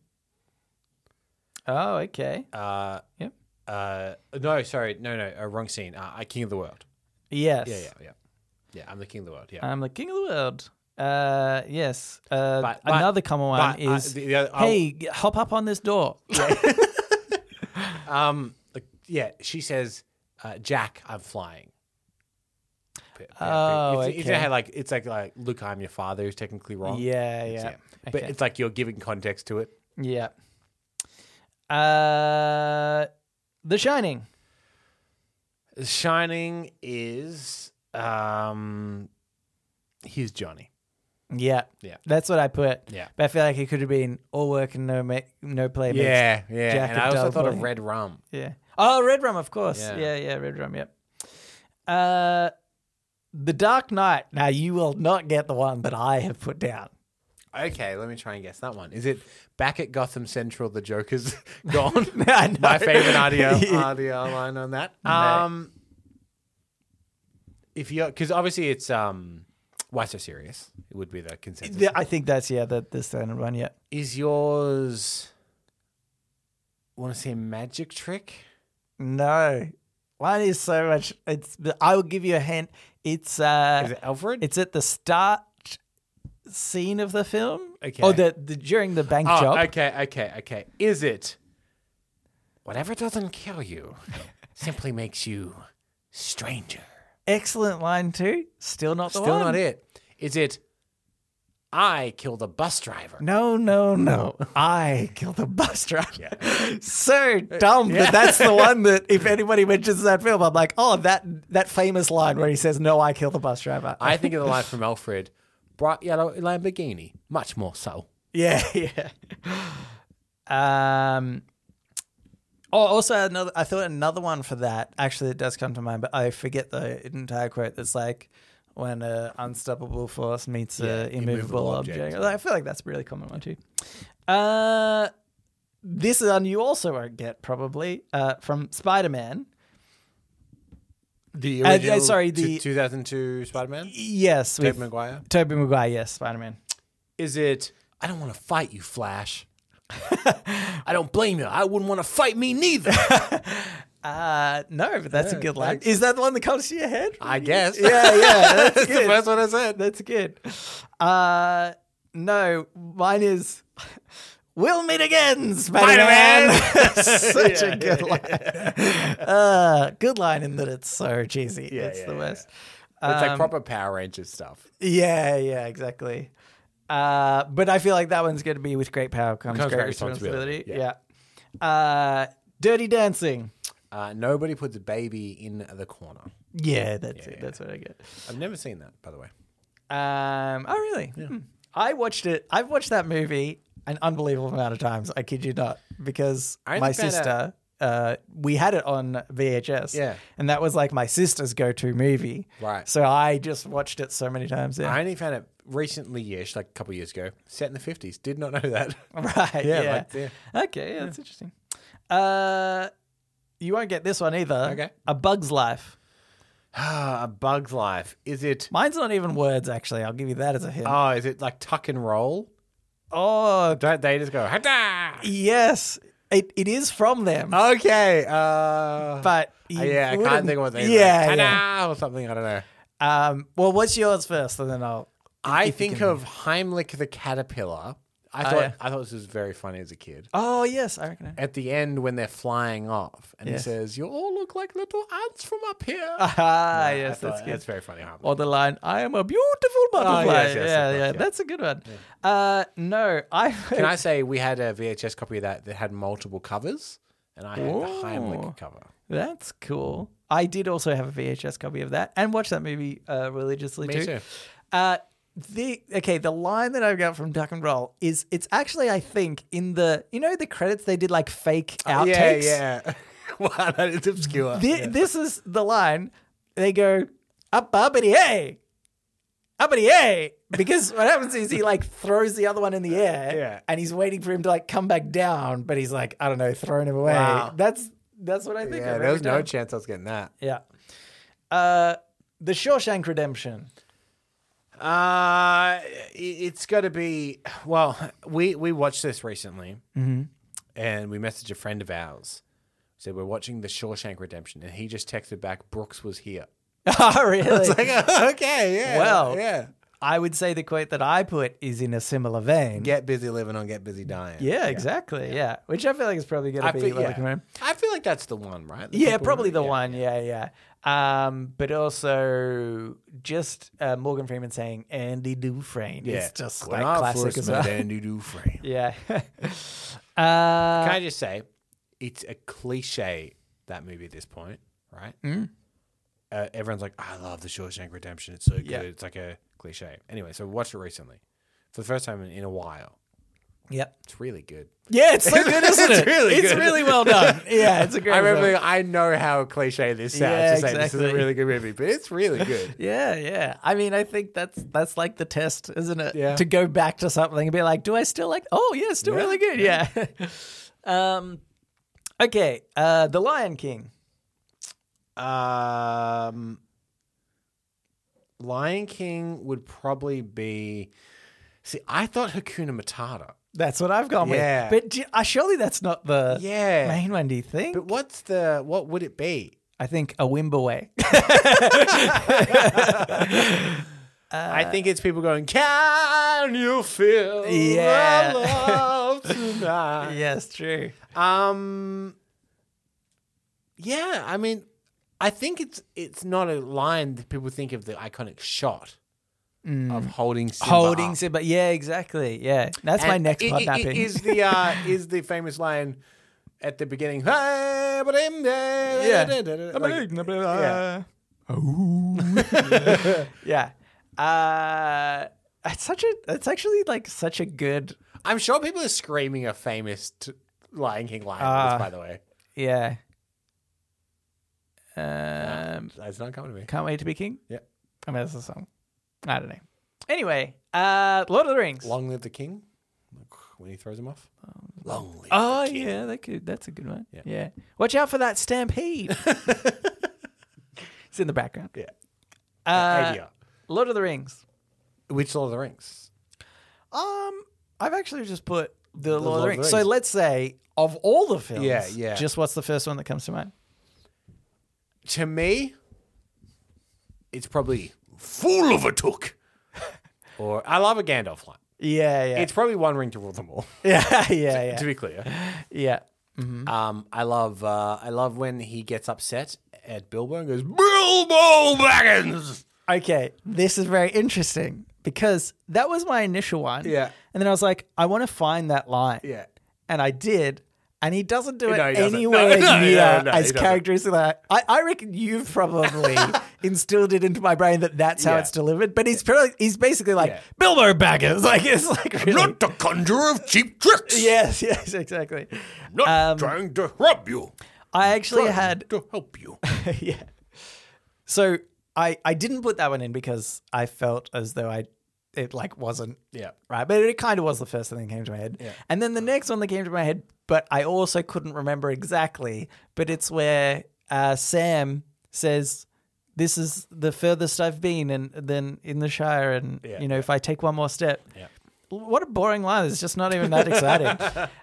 [SPEAKER 3] Oh, okay.
[SPEAKER 2] Uh,
[SPEAKER 3] Yep.
[SPEAKER 2] uh, no, sorry, no, no, uh, wrong scene. Uh, I King of the World.
[SPEAKER 3] Yes.
[SPEAKER 2] Yeah, yeah, yeah, yeah. I'm the King of the World. Yeah.
[SPEAKER 3] I'm the king of the world. Uh, yes. Uh,
[SPEAKER 2] But- but-
[SPEAKER 3] another common one
[SPEAKER 2] but, uh,
[SPEAKER 3] is,
[SPEAKER 2] the- the other- I'll-
[SPEAKER 3] hey, g- hop up on this door.
[SPEAKER 2] Um, like, yeah, she says, uh, "Jack, I'm flying." P- yeah,
[SPEAKER 3] Oh,
[SPEAKER 2] it's, it's- you know
[SPEAKER 3] okay.
[SPEAKER 2] how, like it's like like Luke, I'm your father is technically wrong.
[SPEAKER 3] yeah,
[SPEAKER 2] It's-
[SPEAKER 3] yeah.
[SPEAKER 2] But
[SPEAKER 3] Okay.
[SPEAKER 2] it's like you're giving context to it.
[SPEAKER 3] Yeah. Uh, The Shining.
[SPEAKER 2] The Shining is um, he's Johnny.
[SPEAKER 3] Yeah.
[SPEAKER 2] Yeah.
[SPEAKER 3] That's what I put.
[SPEAKER 2] Yeah.
[SPEAKER 3] But I feel like it could have been all work and no ma- no play. makes-
[SPEAKER 2] Yeah, yeah.
[SPEAKER 3] Jack
[SPEAKER 2] and
[SPEAKER 3] of
[SPEAKER 2] I also
[SPEAKER 3] Dull
[SPEAKER 2] thought of
[SPEAKER 3] Boy.
[SPEAKER 2] Red Rum.
[SPEAKER 3] Yeah. Oh, Red Rum, of course. Yeah,
[SPEAKER 2] Yeah.
[SPEAKER 3] yeah, Red Rum, yep. Uh, the Dark Knight. Now, you will not get the one that I have put down.
[SPEAKER 2] Okay, let me try and guess that one. Is it back at Gotham Central? The Joker's gone.
[SPEAKER 3] I know.
[SPEAKER 2] My favorite Uh, RDL, RDL line on that. Um, if you because obviously it's um, why so serious? It would be the consensus.
[SPEAKER 3] Yeah, I think that's, yeah, the, the standard one, yeah.
[SPEAKER 2] Is yours? Want to say a magic trick?
[SPEAKER 3] No. One is so much. It's. I will give you a hint. It's. uh
[SPEAKER 2] Is it Alfred?
[SPEAKER 3] It's at the start scene of the film.
[SPEAKER 2] Okay.
[SPEAKER 3] Or the, the during the bank
[SPEAKER 2] oh,
[SPEAKER 3] job.
[SPEAKER 2] okay, okay, okay. Is it? Whatever doesn't kill you simply makes you stranger.
[SPEAKER 3] Excellent line too. Still not the
[SPEAKER 2] Still
[SPEAKER 3] one.
[SPEAKER 2] not it. Is it? I killed a bus driver.
[SPEAKER 3] No, no, no. I killed a bus driver. so dumb that that's the one that if anybody mentions that film, I'm like, oh, that that famous line where he says, "No, I killed a bus driver."
[SPEAKER 2] I think of the line from Alfred, bright yellow Lamborghini, much more so.
[SPEAKER 3] yeah, yeah.
[SPEAKER 6] Um,
[SPEAKER 3] Oh, also another. I thought another one for that actually it does come to mind, but I forget the entire quote. That's like when an unstoppable force meets an immovable,
[SPEAKER 2] immovable
[SPEAKER 3] object.
[SPEAKER 2] object.
[SPEAKER 3] I feel like that's a really common one too. Uh, this one you also won't get probably uh, from Spider Man.
[SPEAKER 2] The
[SPEAKER 3] uh, sorry,
[SPEAKER 2] t-
[SPEAKER 3] the-
[SPEAKER 2] 2002 Spider-Man,
[SPEAKER 3] Yes,
[SPEAKER 2] Tobey
[SPEAKER 3] with
[SPEAKER 2] Maguire.
[SPEAKER 3] Tobey Maguire. Yes, Spider Man.
[SPEAKER 2] Is it? I don't want to fight you, Flash. I don't blame you. I wouldn't want to fight me neither.
[SPEAKER 3] Uh, no, but that's a
[SPEAKER 2] Yeah,
[SPEAKER 3] good line.
[SPEAKER 2] thanks.
[SPEAKER 3] Is that the one that comes to your head?
[SPEAKER 2] I guess.
[SPEAKER 3] yeah, yeah. That's
[SPEAKER 2] That's the
[SPEAKER 3] good.
[SPEAKER 2] first one I said.
[SPEAKER 3] That's good. Uh, no, mine is. We'll meet again, Spider Man. Such a good line. Uh, good line in that it's so cheesy. it's
[SPEAKER 2] yeah,
[SPEAKER 3] the
[SPEAKER 2] yeah.
[SPEAKER 3] worst.
[SPEAKER 2] It's like proper Power Rangers stuff.
[SPEAKER 3] Yeah, yeah, exactly. Uh, but I feel like that one's going to be with great power comes,
[SPEAKER 2] Comes
[SPEAKER 3] great,
[SPEAKER 2] great
[SPEAKER 3] responsibility.
[SPEAKER 2] responsibility,
[SPEAKER 3] Yeah. Uh, Dirty Dancing.
[SPEAKER 2] Uh, nobody puts a baby in the corner.
[SPEAKER 3] Yeah, that's it. That's what I get.
[SPEAKER 2] I've never seen that, by the way.
[SPEAKER 3] Um, oh, really? Hmm. I watched it. I've watched that movie an unbelievable amount of times. I kid you not, because
[SPEAKER 2] I
[SPEAKER 3] my
[SPEAKER 2] only found
[SPEAKER 3] sister. Uh, we had it on VHS,
[SPEAKER 2] Yeah.
[SPEAKER 3] and that was like my sister's go-to movie.
[SPEAKER 2] Right.
[SPEAKER 3] So I just watched it so many times. Yeah.
[SPEAKER 2] I only found it recently-ish, like a couple years ago. Set in the fifties. Did not know that.
[SPEAKER 3] right. Yeah.
[SPEAKER 2] Yeah, like, yeah.
[SPEAKER 3] Okay. Yeah, that's interesting. Uh, you won't get this one either.
[SPEAKER 2] Okay.
[SPEAKER 3] A Bug's Life.
[SPEAKER 2] Ah, a Bug's Life. Is it?
[SPEAKER 3] Mine's not even words. Actually, I'll give you that as a hint.
[SPEAKER 2] Oh, is it like tuck and roll?
[SPEAKER 3] oh,
[SPEAKER 2] Don't they just go? "Hada!"
[SPEAKER 3] yes. It it is from them.
[SPEAKER 2] Okay. Uh,
[SPEAKER 3] but you
[SPEAKER 2] yeah, I can't
[SPEAKER 3] wouldn't-
[SPEAKER 2] think of what they.
[SPEAKER 3] Yeah,
[SPEAKER 2] like,
[SPEAKER 3] yeah.
[SPEAKER 2] "Hada!" or something. I don't know.
[SPEAKER 3] Um, well, what's yours first, and then I'll.
[SPEAKER 2] I think of Heimlich the caterpillar. I thought
[SPEAKER 3] yeah.
[SPEAKER 2] I thought this was very funny as a kid.
[SPEAKER 3] Oh yes, I reckon.
[SPEAKER 2] At the end, when they're flying off, and
[SPEAKER 3] Yes.
[SPEAKER 2] he says, "You all look like little ants from up here."
[SPEAKER 3] Ah,
[SPEAKER 2] I
[SPEAKER 3] yes,
[SPEAKER 2] thought-
[SPEAKER 3] that's good.
[SPEAKER 2] That's very funny. Harmony.
[SPEAKER 3] Or the line, "I am a beautiful butterfly."
[SPEAKER 2] yes, yes,
[SPEAKER 3] yeah,
[SPEAKER 2] of course,
[SPEAKER 3] yeah,
[SPEAKER 2] yeah.
[SPEAKER 3] that's a good one. Uh, no, I.
[SPEAKER 2] Can I say we had a VHS copy of that that had multiple covers, and I had the
[SPEAKER 3] Ooh.
[SPEAKER 2] Heimlich cover.
[SPEAKER 3] That's cool. I did also have a VHS copy of that and watched that movie uh, religiously
[SPEAKER 2] Me
[SPEAKER 3] too.
[SPEAKER 2] too.
[SPEAKER 3] Uh, the okay, the line that I got from Duck and Roll is it's actually I think in the you know the credits they did like fake outtakes.
[SPEAKER 2] Yeah, yeah. wow, that is obscure.
[SPEAKER 3] Thi- This is the line. They go up, uppity, hey, uppity, hey. Because what happens is he like throws the other one in the air,
[SPEAKER 2] Yeah.
[SPEAKER 3] and he's waiting for him to like come back down, but he's like, I don't know, throwing him away.
[SPEAKER 2] Wow.
[SPEAKER 3] That's that's what I think.
[SPEAKER 2] yeah,
[SPEAKER 3] of
[SPEAKER 2] there was
[SPEAKER 3] every
[SPEAKER 2] no
[SPEAKER 3] time.
[SPEAKER 2] chance I was getting that.
[SPEAKER 3] yeah. Uh, the Shawshank Redemption.
[SPEAKER 2] Uh, i- it's got to be. Well, we we watched this recently, and we messaged a friend of ours. Said we're watching The Shawshank Redemption, and he just texted back, "Brooks was here."
[SPEAKER 3] oh, really?
[SPEAKER 2] okay, yeah.
[SPEAKER 3] Well.
[SPEAKER 2] yeah.
[SPEAKER 3] I would say the quote that I put is in a similar vein.
[SPEAKER 2] Get busy living on, get busy dying.
[SPEAKER 3] Yeah, exactly. Yeah. which I feel like is probably going
[SPEAKER 2] I
[SPEAKER 3] to be
[SPEAKER 2] feel,
[SPEAKER 3] like,
[SPEAKER 2] yeah. I feel like that's the one, right? The
[SPEAKER 3] Yeah,
[SPEAKER 2] people-
[SPEAKER 3] probably the
[SPEAKER 2] yeah.
[SPEAKER 3] one. Yeah, yeah. Um, but also just uh, Morgan Freeman saying Andy Dufresne.
[SPEAKER 2] Yeah,
[SPEAKER 3] It's just
[SPEAKER 2] When
[SPEAKER 3] like
[SPEAKER 2] I
[SPEAKER 3] classic
[SPEAKER 2] first
[SPEAKER 3] as
[SPEAKER 2] met
[SPEAKER 3] well.
[SPEAKER 2] Andy Dufresne.
[SPEAKER 3] Yeah.
[SPEAKER 2] Can
[SPEAKER 3] uh,
[SPEAKER 2] I just say, it's a cliche that movie at this point, right?
[SPEAKER 3] Hmm.
[SPEAKER 2] Uh, everyone's like, I love The Shawshank Redemption. It's so good.
[SPEAKER 3] Yeah.
[SPEAKER 2] It's like a cliche. Anyway, so we watched it recently for the first time in, in a while.
[SPEAKER 3] yep.
[SPEAKER 2] It's really good.
[SPEAKER 3] Yeah, it's so good, isn't
[SPEAKER 2] It's
[SPEAKER 3] it?
[SPEAKER 2] really
[SPEAKER 3] it's
[SPEAKER 2] good.
[SPEAKER 3] really well done. Yeah, it's a great.
[SPEAKER 2] I remember.
[SPEAKER 3] film.
[SPEAKER 2] I know how cliche this sounds.
[SPEAKER 3] Yeah,
[SPEAKER 2] to say this is
[SPEAKER 3] exactly.
[SPEAKER 2] a really good movie, but it's really good.
[SPEAKER 3] Yeah, yeah. I mean, I think that's that's like the test, isn't it?
[SPEAKER 2] Yeah.
[SPEAKER 3] To go back to something and be like, do I still like? Oh, yeah, it's still
[SPEAKER 2] Yeah,
[SPEAKER 3] really good. Yeah. um. Okay. Uh, The Lion King.
[SPEAKER 2] um, Lion King would probably be. See, I thought Hakuna Matata.
[SPEAKER 3] That's what I've gone
[SPEAKER 2] Yeah.
[SPEAKER 3] with. But do, uh, surely that's not the
[SPEAKER 2] Yeah.
[SPEAKER 3] main one, do you think?
[SPEAKER 2] But what's the what would it be?
[SPEAKER 3] I think a Wimbaway.
[SPEAKER 2] I
[SPEAKER 3] Uh,
[SPEAKER 2] think it's people going, "Can you feel
[SPEAKER 3] Yeah.
[SPEAKER 2] the love tonight?"
[SPEAKER 3] yes, true.
[SPEAKER 2] Um, yeah. I mean, I think it's it's not a line that people think of the iconic shot. of holding Simba
[SPEAKER 3] Mm. Holding
[SPEAKER 2] up.
[SPEAKER 3] Simba. Yeah, exactly. Yeah. That's my
[SPEAKER 2] And
[SPEAKER 3] next
[SPEAKER 2] i- i- i-
[SPEAKER 3] kidnapping.
[SPEAKER 2] Is the uh, is the famous line at the beginning? Yeah. Like,
[SPEAKER 3] yeah.
[SPEAKER 2] oh.
[SPEAKER 3] yeah. Uh, it's such a. It's actually like such a good.
[SPEAKER 2] I'm sure people are screaming a famous t- Lion King line.
[SPEAKER 3] Ah.
[SPEAKER 2] by the way,
[SPEAKER 3] Yeah. Um,
[SPEAKER 2] it's not coming to me.
[SPEAKER 3] can't wait to be king.
[SPEAKER 2] Yeah.
[SPEAKER 3] I mean, that's the song. I don't know. Anyway, uh, Lord of the Rings.
[SPEAKER 2] Long live the king. When he throws him off. Long live.
[SPEAKER 3] oh yeah, that could. That's a good one. Yeah. Watch out for that stampede. it's in the background.
[SPEAKER 2] Yeah.
[SPEAKER 3] Uh,
[SPEAKER 2] Idea.
[SPEAKER 3] Lord of the Rings.
[SPEAKER 2] Which Lord of the Rings?
[SPEAKER 3] Um, I've actually just put the, Lord, of the Rings. So let's say of all the films,
[SPEAKER 2] Yeah, yeah.
[SPEAKER 3] Just what's the first one that comes to mind?
[SPEAKER 2] To me, it's probably Fool of a Took. or I love a Gandalf line.
[SPEAKER 3] Yeah, yeah,
[SPEAKER 2] It's probably One Ring to rule them all.
[SPEAKER 3] yeah, yeah, yeah,
[SPEAKER 2] To be clear.
[SPEAKER 3] yeah.
[SPEAKER 2] Um, I love uh, I love when he gets upset at Bilbo and goes Bilbo Baggins.
[SPEAKER 3] Okay, this is very interesting because that was my initial one.
[SPEAKER 2] Yeah.
[SPEAKER 3] and then I was like, I want to find that line.
[SPEAKER 2] Yeah.
[SPEAKER 3] and I did. And he doesn't do it
[SPEAKER 2] No, he doesn't.
[SPEAKER 3] anywhere
[SPEAKER 2] No, no,
[SPEAKER 3] near
[SPEAKER 2] no, no, he
[SPEAKER 3] as
[SPEAKER 2] doesn't.
[SPEAKER 3] characteristic. That I, I reckon you've probably instilled it into my brain that that's how
[SPEAKER 2] Yeah.
[SPEAKER 3] it's delivered. But he's probably, he's basically like
[SPEAKER 2] Yeah.
[SPEAKER 3] Bilbo Baggins. Like it's like really,
[SPEAKER 2] Not the conjurer of cheap tricks.
[SPEAKER 3] yes, yes, exactly.
[SPEAKER 2] Not
[SPEAKER 3] Um,
[SPEAKER 2] trying to rob you.
[SPEAKER 3] I actually
[SPEAKER 2] Trying
[SPEAKER 3] had
[SPEAKER 2] to help you.
[SPEAKER 3] yeah. So I I didn't put that one in because I felt as though I it like wasn't
[SPEAKER 2] Yeah.
[SPEAKER 3] right, but it kind of was the first thing that came to my head.
[SPEAKER 2] Yeah.
[SPEAKER 3] And then the next one that came to my head, but I also couldn't remember exactly. But it's where uh, Sam says. This is the furthest I've been, and then in the Shire, and
[SPEAKER 2] Yeah.
[SPEAKER 3] you know, if I take one more step,
[SPEAKER 2] Yeah.
[SPEAKER 3] what a boring line. It's just not even that exciting.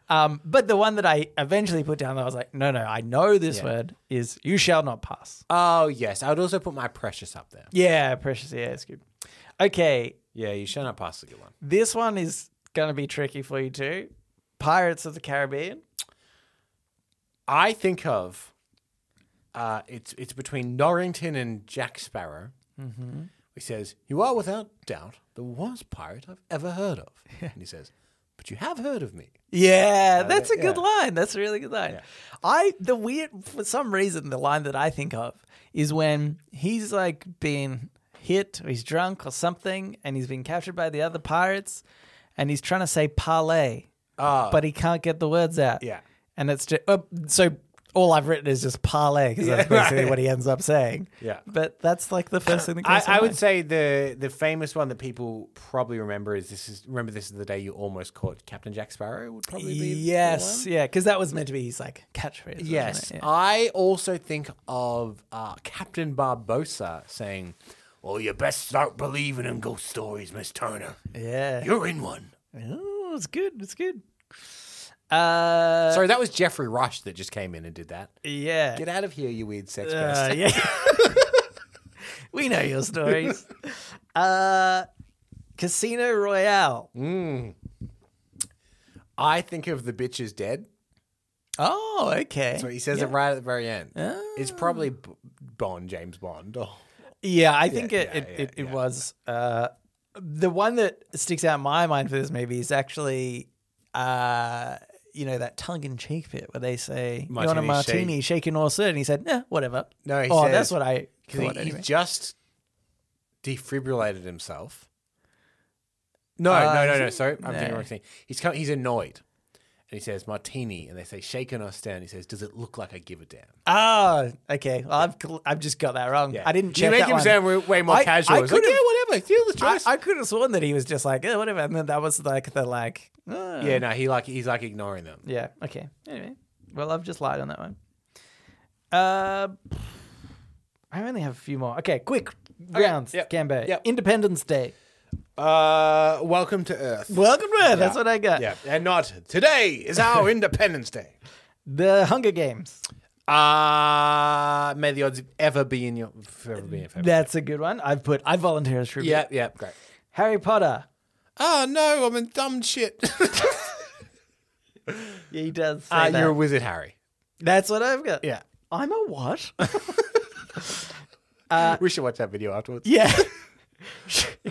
[SPEAKER 3] um, but the one that I eventually put down, that I was like, no, no, I know this
[SPEAKER 2] Yeah.
[SPEAKER 3] word is "You shall not pass."
[SPEAKER 2] Oh yes, I would also put my precious up there.
[SPEAKER 3] Yeah, precious. Yeah, it's good. Okay,
[SPEAKER 2] Yeah, you shall not pass the good one.
[SPEAKER 3] this one is gonna be tricky for you too. Pirates of the Caribbean.
[SPEAKER 2] I think of uh, it's it's between Norrington and Jack Sparrow.
[SPEAKER 3] Mm-hmm.
[SPEAKER 2] He says, "You are without doubt the worst pirate I've ever heard of," and he says, "But you have heard of me."
[SPEAKER 3] Yeah, that's a
[SPEAKER 2] yeah,
[SPEAKER 3] good
[SPEAKER 2] Uh, yeah.
[SPEAKER 3] line. That's a really good line. I the weird for some reason the line that I think of is when he's like been hit or he's drunk or something and he's been captured by the other pirates and he's trying to say parlay
[SPEAKER 2] Ah.
[SPEAKER 3] but he can't get the words out.
[SPEAKER 2] Yeah.
[SPEAKER 3] And it's just uh, so all I've written is just parlay because that's
[SPEAKER 2] Yeah,
[SPEAKER 3] basically
[SPEAKER 2] right.
[SPEAKER 3] what he ends up saying.
[SPEAKER 2] Yeah.
[SPEAKER 3] But that's like the first thing that
[SPEAKER 2] I,
[SPEAKER 3] comes to
[SPEAKER 2] I would
[SPEAKER 3] mind.
[SPEAKER 2] say the the famous one that people probably remember is this is remember this is the day you almost caught Captain Jack Sparrow would probably be the
[SPEAKER 3] Yes,
[SPEAKER 2] one.
[SPEAKER 3] yeah, because that was meant to be his like catchphrase. wasn't
[SPEAKER 2] yes. Oh.
[SPEAKER 3] it? Yeah.
[SPEAKER 2] I also think of uh, Captain Barbosa saying, "Well, you best start believing in ghost stories, Miss Turner.
[SPEAKER 3] yeah.
[SPEAKER 2] You're in one."
[SPEAKER 3] Oh, it's good. It's good. Uh,
[SPEAKER 2] Sorry, that was Jeffrey Rush that just came in and did that.
[SPEAKER 3] yeah.
[SPEAKER 2] Get out of here, you weird sex
[SPEAKER 3] Uh,
[SPEAKER 2] person.
[SPEAKER 3] yeah. we know your stories. uh, Casino Royale.
[SPEAKER 2] Mm. I think of the bitch is dead.
[SPEAKER 3] Oh, okay.
[SPEAKER 2] So he says it right at the very end. It's probably
[SPEAKER 3] Ah.
[SPEAKER 2] B- Bond, James Bond. Oh.
[SPEAKER 3] Yeah, I think it,
[SPEAKER 2] yeah,
[SPEAKER 3] it,
[SPEAKER 2] yeah,
[SPEAKER 3] it, it was. Uh, the one that sticks out in my mind for this movie is actually, uh, you know, that tongue in cheek bit where they say, You want a
[SPEAKER 2] Martini shake."
[SPEAKER 3] martini, shaken or stirred? And he said, Yeah, whatever.
[SPEAKER 2] No, he
[SPEAKER 3] Oh,
[SPEAKER 2] says-
[SPEAKER 3] that's what I.
[SPEAKER 2] Because he,
[SPEAKER 3] thought anyway.
[SPEAKER 2] he just defibrillated himself. No,
[SPEAKER 3] Uh,
[SPEAKER 2] no,
[SPEAKER 3] is
[SPEAKER 2] no, no.
[SPEAKER 3] it?
[SPEAKER 2] Sorry, I'm doing the
[SPEAKER 3] No.
[SPEAKER 2] wrong thing. He's come, he's annoyed, and he says martini, and they say shaken or down. He says, "Does it look like I give a damn?"
[SPEAKER 3] Oh, okay. Well, I've cl- I've just got that wrong. I didn't check
[SPEAKER 2] You make
[SPEAKER 3] that
[SPEAKER 2] him
[SPEAKER 3] one.
[SPEAKER 2] sound way- way more
[SPEAKER 3] I-
[SPEAKER 2] casual.
[SPEAKER 3] I
[SPEAKER 2] It's like,
[SPEAKER 3] could've-
[SPEAKER 2] yeah, whatever. Feel the
[SPEAKER 3] I,
[SPEAKER 2] choice.
[SPEAKER 3] I could have sworn that he was just like, eh, whatever. And then that was like the like, "Uh."
[SPEAKER 2] yeah, no. He like he's like ignoring them.
[SPEAKER 3] yeah. Okay. Anyway, well, I've just lied on that one. Uh, I only have a few more. Okay, quick rounds.
[SPEAKER 2] yep,
[SPEAKER 3] Gambo.
[SPEAKER 2] yep.
[SPEAKER 3] Independence Day.
[SPEAKER 2] Uh, welcome to Earth.
[SPEAKER 3] Welcome to Earth. That's what I got.
[SPEAKER 2] Yeah, and not today is our Independence Day.
[SPEAKER 3] The Hunger Games.
[SPEAKER 2] Uh may the odds ever be in your ever be in your favor.
[SPEAKER 3] That's a good one. I've put. I volunteer as tribute.
[SPEAKER 2] Yeah, yeah, great.
[SPEAKER 3] Harry Potter.
[SPEAKER 2] Oh no, I'm in dumb shit.
[SPEAKER 3] Yeah, he does. say
[SPEAKER 2] uh,
[SPEAKER 3] that.
[SPEAKER 2] you're a wizard, Harry.
[SPEAKER 3] That's what I've got.
[SPEAKER 2] Yeah,
[SPEAKER 3] I'm a what?
[SPEAKER 2] Uh, we should watch that video afterwards.
[SPEAKER 3] Yeah.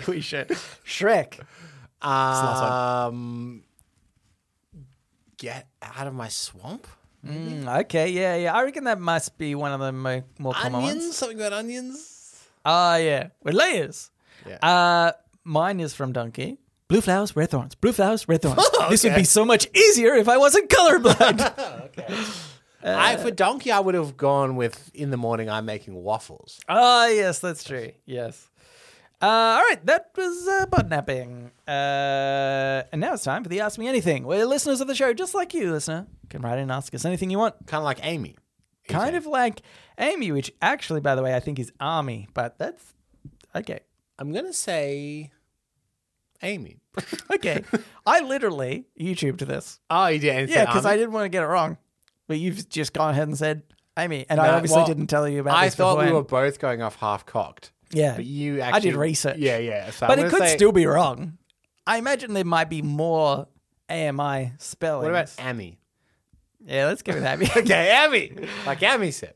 [SPEAKER 1] we should. Shrek.
[SPEAKER 2] Um, get out of my swamp.
[SPEAKER 3] Mm, okay, yeah, yeah. I reckon that must be one of the mo- more common
[SPEAKER 2] Onions,
[SPEAKER 3] ones.
[SPEAKER 2] something about onions.
[SPEAKER 3] Ah, yeah, with layers.
[SPEAKER 2] Yeah.
[SPEAKER 3] Uh, mine is from Donkey. Blue flowers, red thorns. Blue flowers, red thorns. This would
[SPEAKER 2] okay.
[SPEAKER 3] be so much easier if I wasn't colorblind.
[SPEAKER 2] I, for donkey, I would have gone with in the morning. I'm making waffles.
[SPEAKER 3] Ah, yes, that's true. Yes. Uh, all right, that was uh, butt napping. Uh, and now it's time for the Ask Me Anything, where listeners of the show, just like you, listener, can write in and ask us anything you want.
[SPEAKER 2] Kind of like Amy.
[SPEAKER 3] Kind of like Amy, which actually, by the way, I think is Army, but that's okay.
[SPEAKER 2] I'm gonna say Amy.
[SPEAKER 3] Okay. I literally YouTubed this.
[SPEAKER 2] oh, you did.
[SPEAKER 3] Yeah, because I didn't want to get it wrong. But you've just gone ahead and said Amy, and I
[SPEAKER 2] No,
[SPEAKER 3] obviously
[SPEAKER 2] well,
[SPEAKER 3] didn't tell you about
[SPEAKER 2] I
[SPEAKER 3] this
[SPEAKER 2] thought we
[SPEAKER 3] beforehand.
[SPEAKER 2] were both going off half cocked.
[SPEAKER 3] Yeah.
[SPEAKER 2] But you actually.
[SPEAKER 3] I did research.
[SPEAKER 2] Yeah, yeah. So
[SPEAKER 3] but
[SPEAKER 2] I'm
[SPEAKER 3] it
[SPEAKER 2] gonna
[SPEAKER 3] could
[SPEAKER 2] say-
[SPEAKER 3] still be wrong. I imagine there might be more AMI spellings.
[SPEAKER 2] What about Amy?
[SPEAKER 3] Yeah, let's go with Amy.
[SPEAKER 2] Okay, Amy. Like Amy said.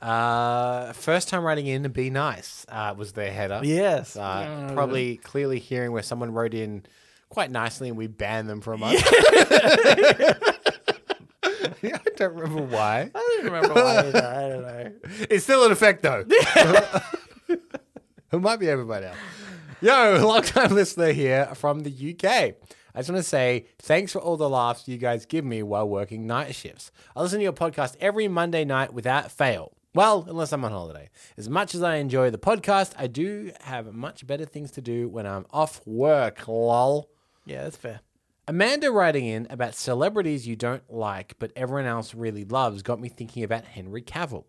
[SPEAKER 2] Uh, first time writing in to be nice uh, was their header.
[SPEAKER 3] yes.
[SPEAKER 2] Uh, probably clearly hearing where someone wrote in quite nicely and we banned them for a month. Yeah, I don't remember why.
[SPEAKER 3] I don't remember why either. I don't know.
[SPEAKER 2] It's still in effect though. it might be everybody else. Yo, long time listener here from the UK. I just want to say thanks for all the laughs you guys give me while working night shifts. I listen to your podcast every Monday night without fail. Well, unless I'm on holiday. As much as I enjoy the podcast, I do have much better things to do when I'm off work, lol.
[SPEAKER 3] Yeah, that's fair.
[SPEAKER 2] Amanda writing in about celebrities you don't like but everyone else really loves got me thinking about Henry Cavill.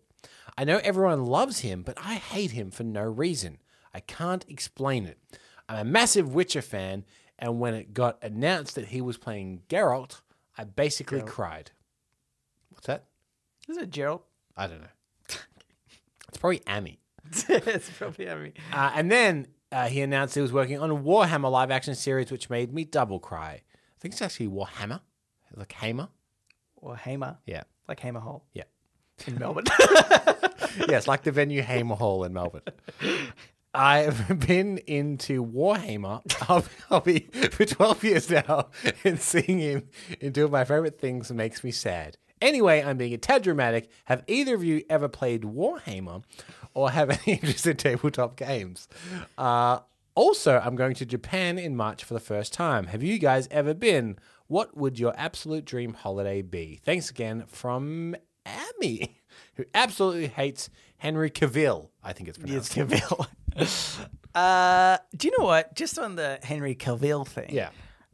[SPEAKER 2] I know everyone loves him, but I hate him for no reason. I can't explain it. I'm a massive Witcher fan, and when it got announced that he was playing Geralt, I basically cried. What's that?
[SPEAKER 3] Is it Gerald?
[SPEAKER 2] I don't know. it's probably Amy.
[SPEAKER 3] it's probably Amy.
[SPEAKER 2] Uh, and then uh, he announced he was working on a Warhammer live action series, which made me double cry. I think it's actually Warhammer, like Hamer.
[SPEAKER 3] Or Hamer.
[SPEAKER 2] Yeah.
[SPEAKER 3] Like Hamer Hole
[SPEAKER 2] Yeah.
[SPEAKER 3] in Melbourne.
[SPEAKER 2] yes, like the venue Hamer Hall in Melbourne. I've been into Warhammer hobby- hobby for 12 years now, and seeing him in two of my favorite things makes me sad. Anyway, I'm being a tad dramatic. Have either of you ever played Warhammer or have any interest in tabletop games? Uh, also, I'm going to Japan in March for the first time. Have you guys ever been? What would your absolute dream holiday be? Thanks again from Amy, who absolutely hates Henry Cavill. I think it's pronounced.
[SPEAKER 3] Cavill. uh, do you know what? Just on the Henry Cavill thing.
[SPEAKER 2] Yeah.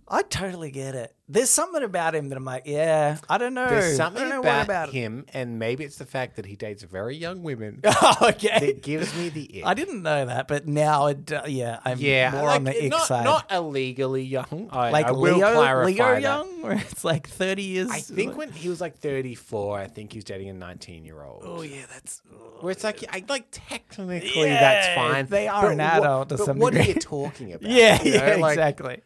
[SPEAKER 3] I totally get it. There's something about him that I'm like, yeah, I don't know.
[SPEAKER 2] There's something
[SPEAKER 3] I don't know
[SPEAKER 2] about,
[SPEAKER 3] what about it.
[SPEAKER 2] him, and maybe it's the fact that he dates very young women
[SPEAKER 3] Oh, okay.
[SPEAKER 2] that gives me the ick.
[SPEAKER 3] I didn't know that, but now it, uh, yeah, I'm
[SPEAKER 2] yeah,
[SPEAKER 3] more
[SPEAKER 2] like,
[SPEAKER 3] on the ick
[SPEAKER 2] not,
[SPEAKER 3] side.
[SPEAKER 2] not illegally young. I,
[SPEAKER 3] like
[SPEAKER 2] I will
[SPEAKER 3] Leo,
[SPEAKER 2] clarify
[SPEAKER 3] Leo
[SPEAKER 2] that.
[SPEAKER 3] Young, where it's like 30 years.
[SPEAKER 2] I think when he was like 34, I think he was dating a 19 year old.
[SPEAKER 3] oh yeah, that's
[SPEAKER 2] Where it's like, I like technically that's fine.
[SPEAKER 3] they are an
[SPEAKER 2] what-
[SPEAKER 3] adult to
[SPEAKER 2] but
[SPEAKER 3] some
[SPEAKER 2] what are
[SPEAKER 3] degree.
[SPEAKER 2] you talking about?
[SPEAKER 3] yeah,
[SPEAKER 2] You know,
[SPEAKER 3] yeah,
[SPEAKER 2] like,
[SPEAKER 3] exactly.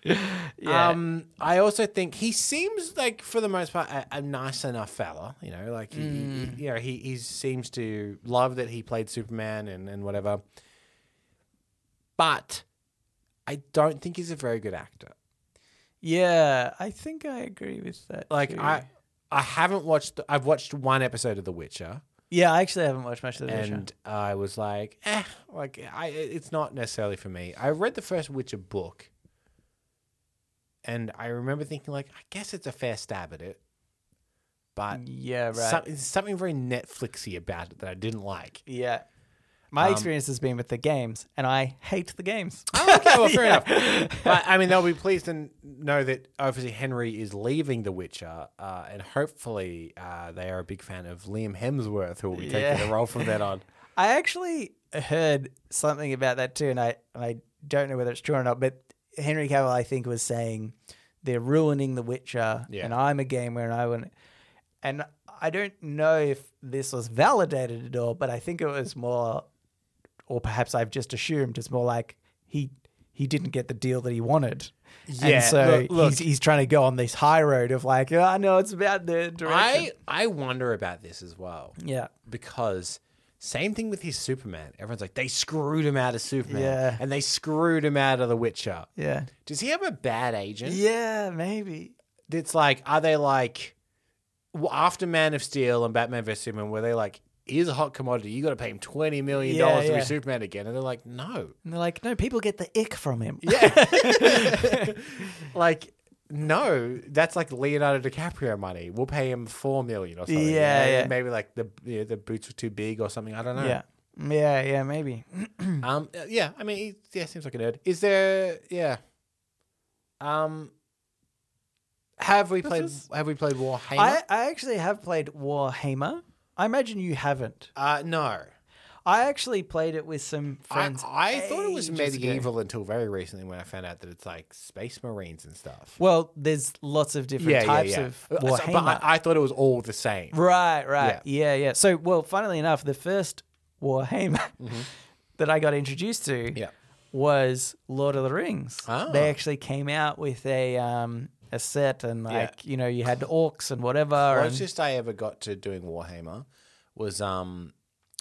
[SPEAKER 3] Yeah,
[SPEAKER 2] Um, I also think he seems like, for the most part, a, a nice enough fella. You know, like he, he- you know, he, he seems to love that he played Superman and, and whatever. But I don't think he's a very good actor.
[SPEAKER 3] yeah. I think I agree with that.
[SPEAKER 2] Like
[SPEAKER 3] too.
[SPEAKER 2] I, I haven't watched. I've watched one episode of The Witcher,
[SPEAKER 3] yeah, I actually haven't watched much of the show.
[SPEAKER 2] and I was like, eh, like I, it's not necessarily for me. I read the first Witcher book, and I remember thinking, like, I guess it's a fair stab at it, but
[SPEAKER 3] Uh, Yeah, right.
[SPEAKER 2] Some- there's something very Netflixy about it that I didn't like.
[SPEAKER 3] yeah. My experience has been with the games, and I hate the games.
[SPEAKER 2] Okay, well, fair enough. But I mean, they'll be pleased to know that obviously Henry is leaving The Witcher, uh, and hopefully uh, they are a big fan of Liam Hemsworth, who will be
[SPEAKER 3] Yeah.
[SPEAKER 2] taking the role from then on.
[SPEAKER 3] I actually heard something about that too, and I and I don't know whether it's true or not, but Henry Cavill I think was saying they're ruining The Witcher,
[SPEAKER 2] Yeah.
[SPEAKER 3] and I'm a gamer, and I wouldn't. And I don't know if this was validated at all, but I think it was more, or perhaps I've just assumed it's more like he he didn't get the deal that he wanted.
[SPEAKER 2] Yeah,
[SPEAKER 3] and so
[SPEAKER 2] look- look.
[SPEAKER 3] he's he's trying to go on this high road of like, oh, I know it's about the direction.
[SPEAKER 2] I I wonder about this as well
[SPEAKER 3] yeah,
[SPEAKER 2] because Same thing with his Superman. Everyone's like, they screwed him out of Superman.
[SPEAKER 3] Yeah.
[SPEAKER 2] And they screwed him out of The Witcher.
[SPEAKER 3] Yeah.
[SPEAKER 2] Does he have a bad agent?
[SPEAKER 3] Yeah, maybe.
[SPEAKER 2] It's like, are they like, w- after Man of Steel and Batman vs. Superman, were they like, he's a hot commodity. You got to pay him $20 million
[SPEAKER 3] Yeah,
[SPEAKER 2] to
[SPEAKER 3] yeah.
[SPEAKER 2] be Superman again. And they're like, no.
[SPEAKER 3] And they're like, no, people get the ick from him.
[SPEAKER 2] Yeah. like, no, that's like Leonardo DiCaprio money. We'll pay him four million or something.
[SPEAKER 3] Yeah,
[SPEAKER 2] you know?
[SPEAKER 3] yeah.
[SPEAKER 2] Maybe like the you know, the boots were too big or something. I don't know.
[SPEAKER 3] Yeah. Yeah, yeah, maybe.
[SPEAKER 2] Um. Yeah. I mean, he, yeah, seems like a nerd. Is there? Yeah. Um. Have we played? Have we played Warhammer?
[SPEAKER 3] I, I actually have played Warhammer. I imagine you haven't.
[SPEAKER 2] uh, no.
[SPEAKER 3] I actually played it with some
[SPEAKER 2] I,
[SPEAKER 3] friends.
[SPEAKER 2] I thought it was
[SPEAKER 3] ages ago.
[SPEAKER 2] medieval until very recently when I found out that it's like space marines and stuff.
[SPEAKER 3] Well, there's lots of different types of
[SPEAKER 2] Uh,
[SPEAKER 3] Warhammer.
[SPEAKER 2] so- but I, I thought it was all the same.
[SPEAKER 3] Right, right. Yeah. yeah, So, well, funnily enough, the first Warhammer that I got introduced to
[SPEAKER 2] Mm-hmm. Yeah.
[SPEAKER 3] was Lord of the Rings.
[SPEAKER 2] Ah.
[SPEAKER 3] They actually came out with a um, a set and like, you know, you had orcs and whatever.
[SPEAKER 2] The
[SPEAKER 3] and,
[SPEAKER 2] closest I ever got to doing Warhammer was um,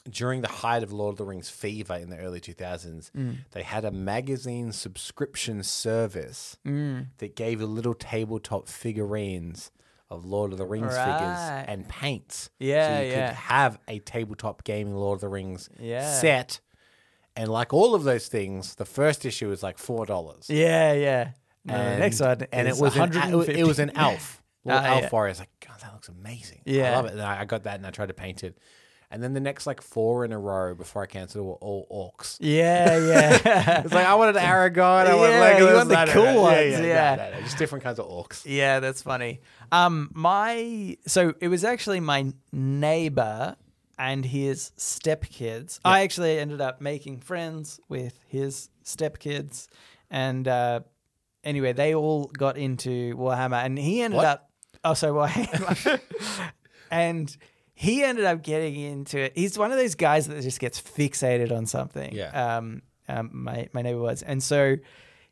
[SPEAKER 2] during the height of Lord of the Rings fever in the early 2000s.
[SPEAKER 3] Mm.
[SPEAKER 2] They had a magazine subscription service
[SPEAKER 3] Mm.
[SPEAKER 2] that gave you little tabletop figurines of Lord of the Rings
[SPEAKER 3] Right.
[SPEAKER 2] figures and paints.
[SPEAKER 3] Yeah,
[SPEAKER 2] So you
[SPEAKER 3] yeah.
[SPEAKER 2] could have a tabletop game in Lord of the Rings
[SPEAKER 3] Yeah.
[SPEAKER 2] set. And like all of those things, the first issue was like $4
[SPEAKER 3] yeah, yeah. No, the
[SPEAKER 2] and,
[SPEAKER 3] next one,
[SPEAKER 2] and it
[SPEAKER 3] is
[SPEAKER 2] was an, it was-
[SPEAKER 3] 150.
[SPEAKER 2] it was an elf, little
[SPEAKER 3] Ah,
[SPEAKER 2] elf
[SPEAKER 3] yeah.
[SPEAKER 2] warrior. I was like, God, that looks amazing. I
[SPEAKER 3] Yeah.
[SPEAKER 2] love it. And I, I got that, and I tried to paint it. And then the next like four in a row before I cancelled were all orcs.
[SPEAKER 3] Yeah, yeah.
[SPEAKER 2] It's like I wanted Aragorn, I wanted
[SPEAKER 3] Yeah,
[SPEAKER 2] Legolas.
[SPEAKER 3] you want the
[SPEAKER 2] I don't
[SPEAKER 3] cool
[SPEAKER 2] know.
[SPEAKER 3] ones,
[SPEAKER 2] no,
[SPEAKER 3] yeah.
[SPEAKER 2] no, no, just different kinds of orcs.
[SPEAKER 3] Yeah, that's funny. Um, my so it was actually my neighbor and his stepkids. I actually ended up making friends with his stepkids, and uh, anyway, they all got into Warhammer, and he ended
[SPEAKER 2] What?
[SPEAKER 3] up oh, so Warhammer, and he ended up getting into it. He's one of those guys that just gets fixated on something.
[SPEAKER 2] Yeah.
[SPEAKER 3] Um, um, my my neighbor was, and so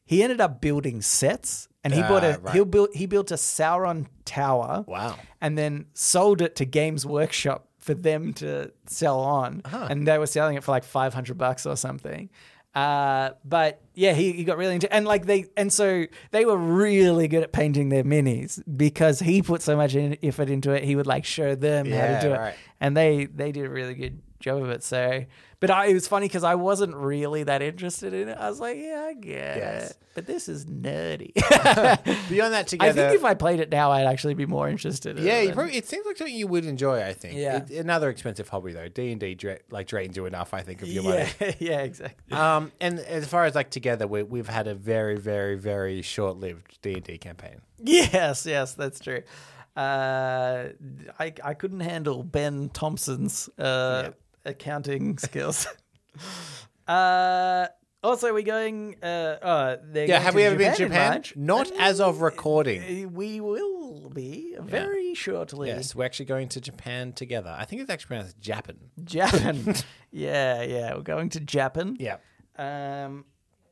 [SPEAKER 3] he ended up building sets, and he
[SPEAKER 2] Ah,
[SPEAKER 3] bought a
[SPEAKER 2] right.
[SPEAKER 3] he'll built he built a Sauron tower.
[SPEAKER 2] Wow.
[SPEAKER 3] And then sold it to Games Workshop for them to sell on,
[SPEAKER 2] Uh-huh.
[SPEAKER 3] and they were selling it for like five hundred bucks or something. Uh, but yeah, he, he got really into and like they and so they were really good at painting their minis because he put so much in, effort into it. He would like show them how
[SPEAKER 2] Yeah,
[SPEAKER 3] to do
[SPEAKER 2] right.
[SPEAKER 3] it, and they they did a really good job of it. So, but I, it was funny because I wasn't really that interested in it. I was like, yeah, I get
[SPEAKER 2] Yes.
[SPEAKER 3] it, but this is nerdy.
[SPEAKER 2] Beyond that,
[SPEAKER 3] I
[SPEAKER 2] together.
[SPEAKER 3] think if I played it now, I'd actually be more interested. In
[SPEAKER 2] yeah,
[SPEAKER 3] it
[SPEAKER 2] you
[SPEAKER 3] than-
[SPEAKER 2] probably, it seems like something you would enjoy. I think.
[SPEAKER 3] Yeah.
[SPEAKER 2] It- another expensive hobby though. D and D like drains you enough. I think of your money.
[SPEAKER 3] yeah, yeah, exactly.
[SPEAKER 2] Um, and as far as like together, we, we've had a very, very, very short-lived D and D campaign.
[SPEAKER 3] Yes, yes, that's true. Uh, I I couldn't handle Ben Thompson's uh, accounting skills. uh, also, we're going. Uh, oh, they're
[SPEAKER 2] Yeah,
[SPEAKER 3] going
[SPEAKER 2] have
[SPEAKER 3] to
[SPEAKER 2] we ever been
[SPEAKER 3] in
[SPEAKER 2] to Japan?
[SPEAKER 3] March.
[SPEAKER 2] Not as of recording.
[SPEAKER 3] Uh, We will be very shortly.
[SPEAKER 2] Yes, we're actually going to Japan together. I think it's actually pronounced Japan.
[SPEAKER 3] Japan. yeah, yeah, we're going to Japan.
[SPEAKER 2] Yeah.
[SPEAKER 3] Um,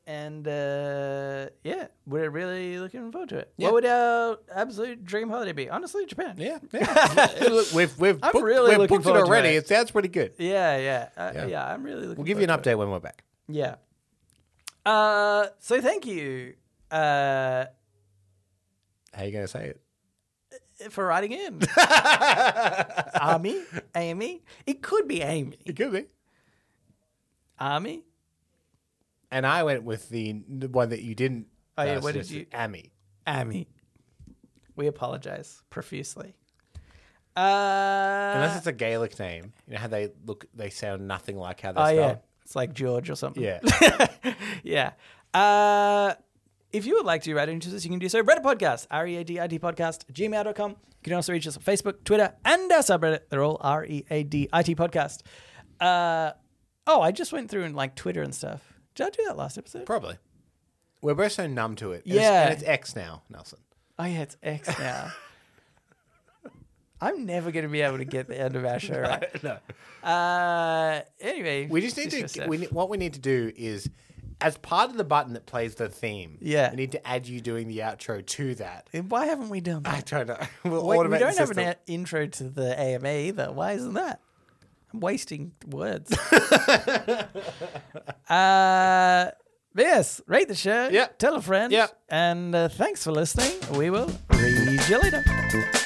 [SPEAKER 3] and uh, yeah, we're really looking forward to it.
[SPEAKER 2] Yeah.
[SPEAKER 3] What would our absolute dream holiday be? Honestly, Japan.
[SPEAKER 2] Yeah. yeah. Look, we've we've
[SPEAKER 3] I'm
[SPEAKER 2] booked,
[SPEAKER 3] really
[SPEAKER 2] we've
[SPEAKER 3] looking
[SPEAKER 2] booked it
[SPEAKER 3] forward to
[SPEAKER 2] already.
[SPEAKER 3] it.
[SPEAKER 2] It sounds pretty good.
[SPEAKER 3] Yeah, yeah, uh,
[SPEAKER 2] Yeah.
[SPEAKER 3] yeah. I'm really looking.
[SPEAKER 2] We'll give you an
[SPEAKER 3] forward to
[SPEAKER 2] update when we're back.
[SPEAKER 3] it. Yeah. Uh, so thank you, uh,
[SPEAKER 2] How are you going to say it?
[SPEAKER 3] for writing in, Army, Amy. It could be Amy,
[SPEAKER 2] It could be.
[SPEAKER 3] Army.
[SPEAKER 2] And I went with the the one that you didn't.
[SPEAKER 3] Oh, yeah, what did
[SPEAKER 2] suggested,
[SPEAKER 3] you-
[SPEAKER 2] Ami.
[SPEAKER 3] Amy. We apologize profusely. Uh,
[SPEAKER 2] Unless it's a Gaelic name, you know how they look, they sound nothing like how they
[SPEAKER 3] oh
[SPEAKER 2] spell.
[SPEAKER 3] yeah, it's like George or something.
[SPEAKER 2] Yeah.
[SPEAKER 3] yeah. Uh, if you would like to write into this, you can do so. Reddit podcast, R E A D I D podcast, gmail.com. You can also reach us on Facebook, Twitter, and our subreddit. They're all R E A D I T podcast. Uh, oh, I just went through and like Twitter and stuff. Did I do that last episode?
[SPEAKER 2] Probably. We're both so numb to it. And
[SPEAKER 3] Yeah.
[SPEAKER 2] It's, and it's X now, Nelson.
[SPEAKER 3] oh, yeah, it's X now. I'm never going to be able to get the end of our show right. No. Uh, anyway,
[SPEAKER 2] We just need
[SPEAKER 3] yourself.
[SPEAKER 2] to. We, ne- what we need to do is, as part of the button that plays the theme,
[SPEAKER 3] Yeah.
[SPEAKER 2] we need to add you doing the outro to that.
[SPEAKER 3] Why haven't we done that?
[SPEAKER 2] I don't know. We'll
[SPEAKER 3] Wait,
[SPEAKER 2] automate
[SPEAKER 3] we
[SPEAKER 2] the
[SPEAKER 3] don't have an
[SPEAKER 2] system.
[SPEAKER 3] a- intro to the AMA either. Why E isn't that? I'm wasting words. uh, but yes, rate the show.
[SPEAKER 2] Yeah.
[SPEAKER 3] Tell a friend.
[SPEAKER 2] Yeah.
[SPEAKER 3] And uh, thanks for listening. We will read you later.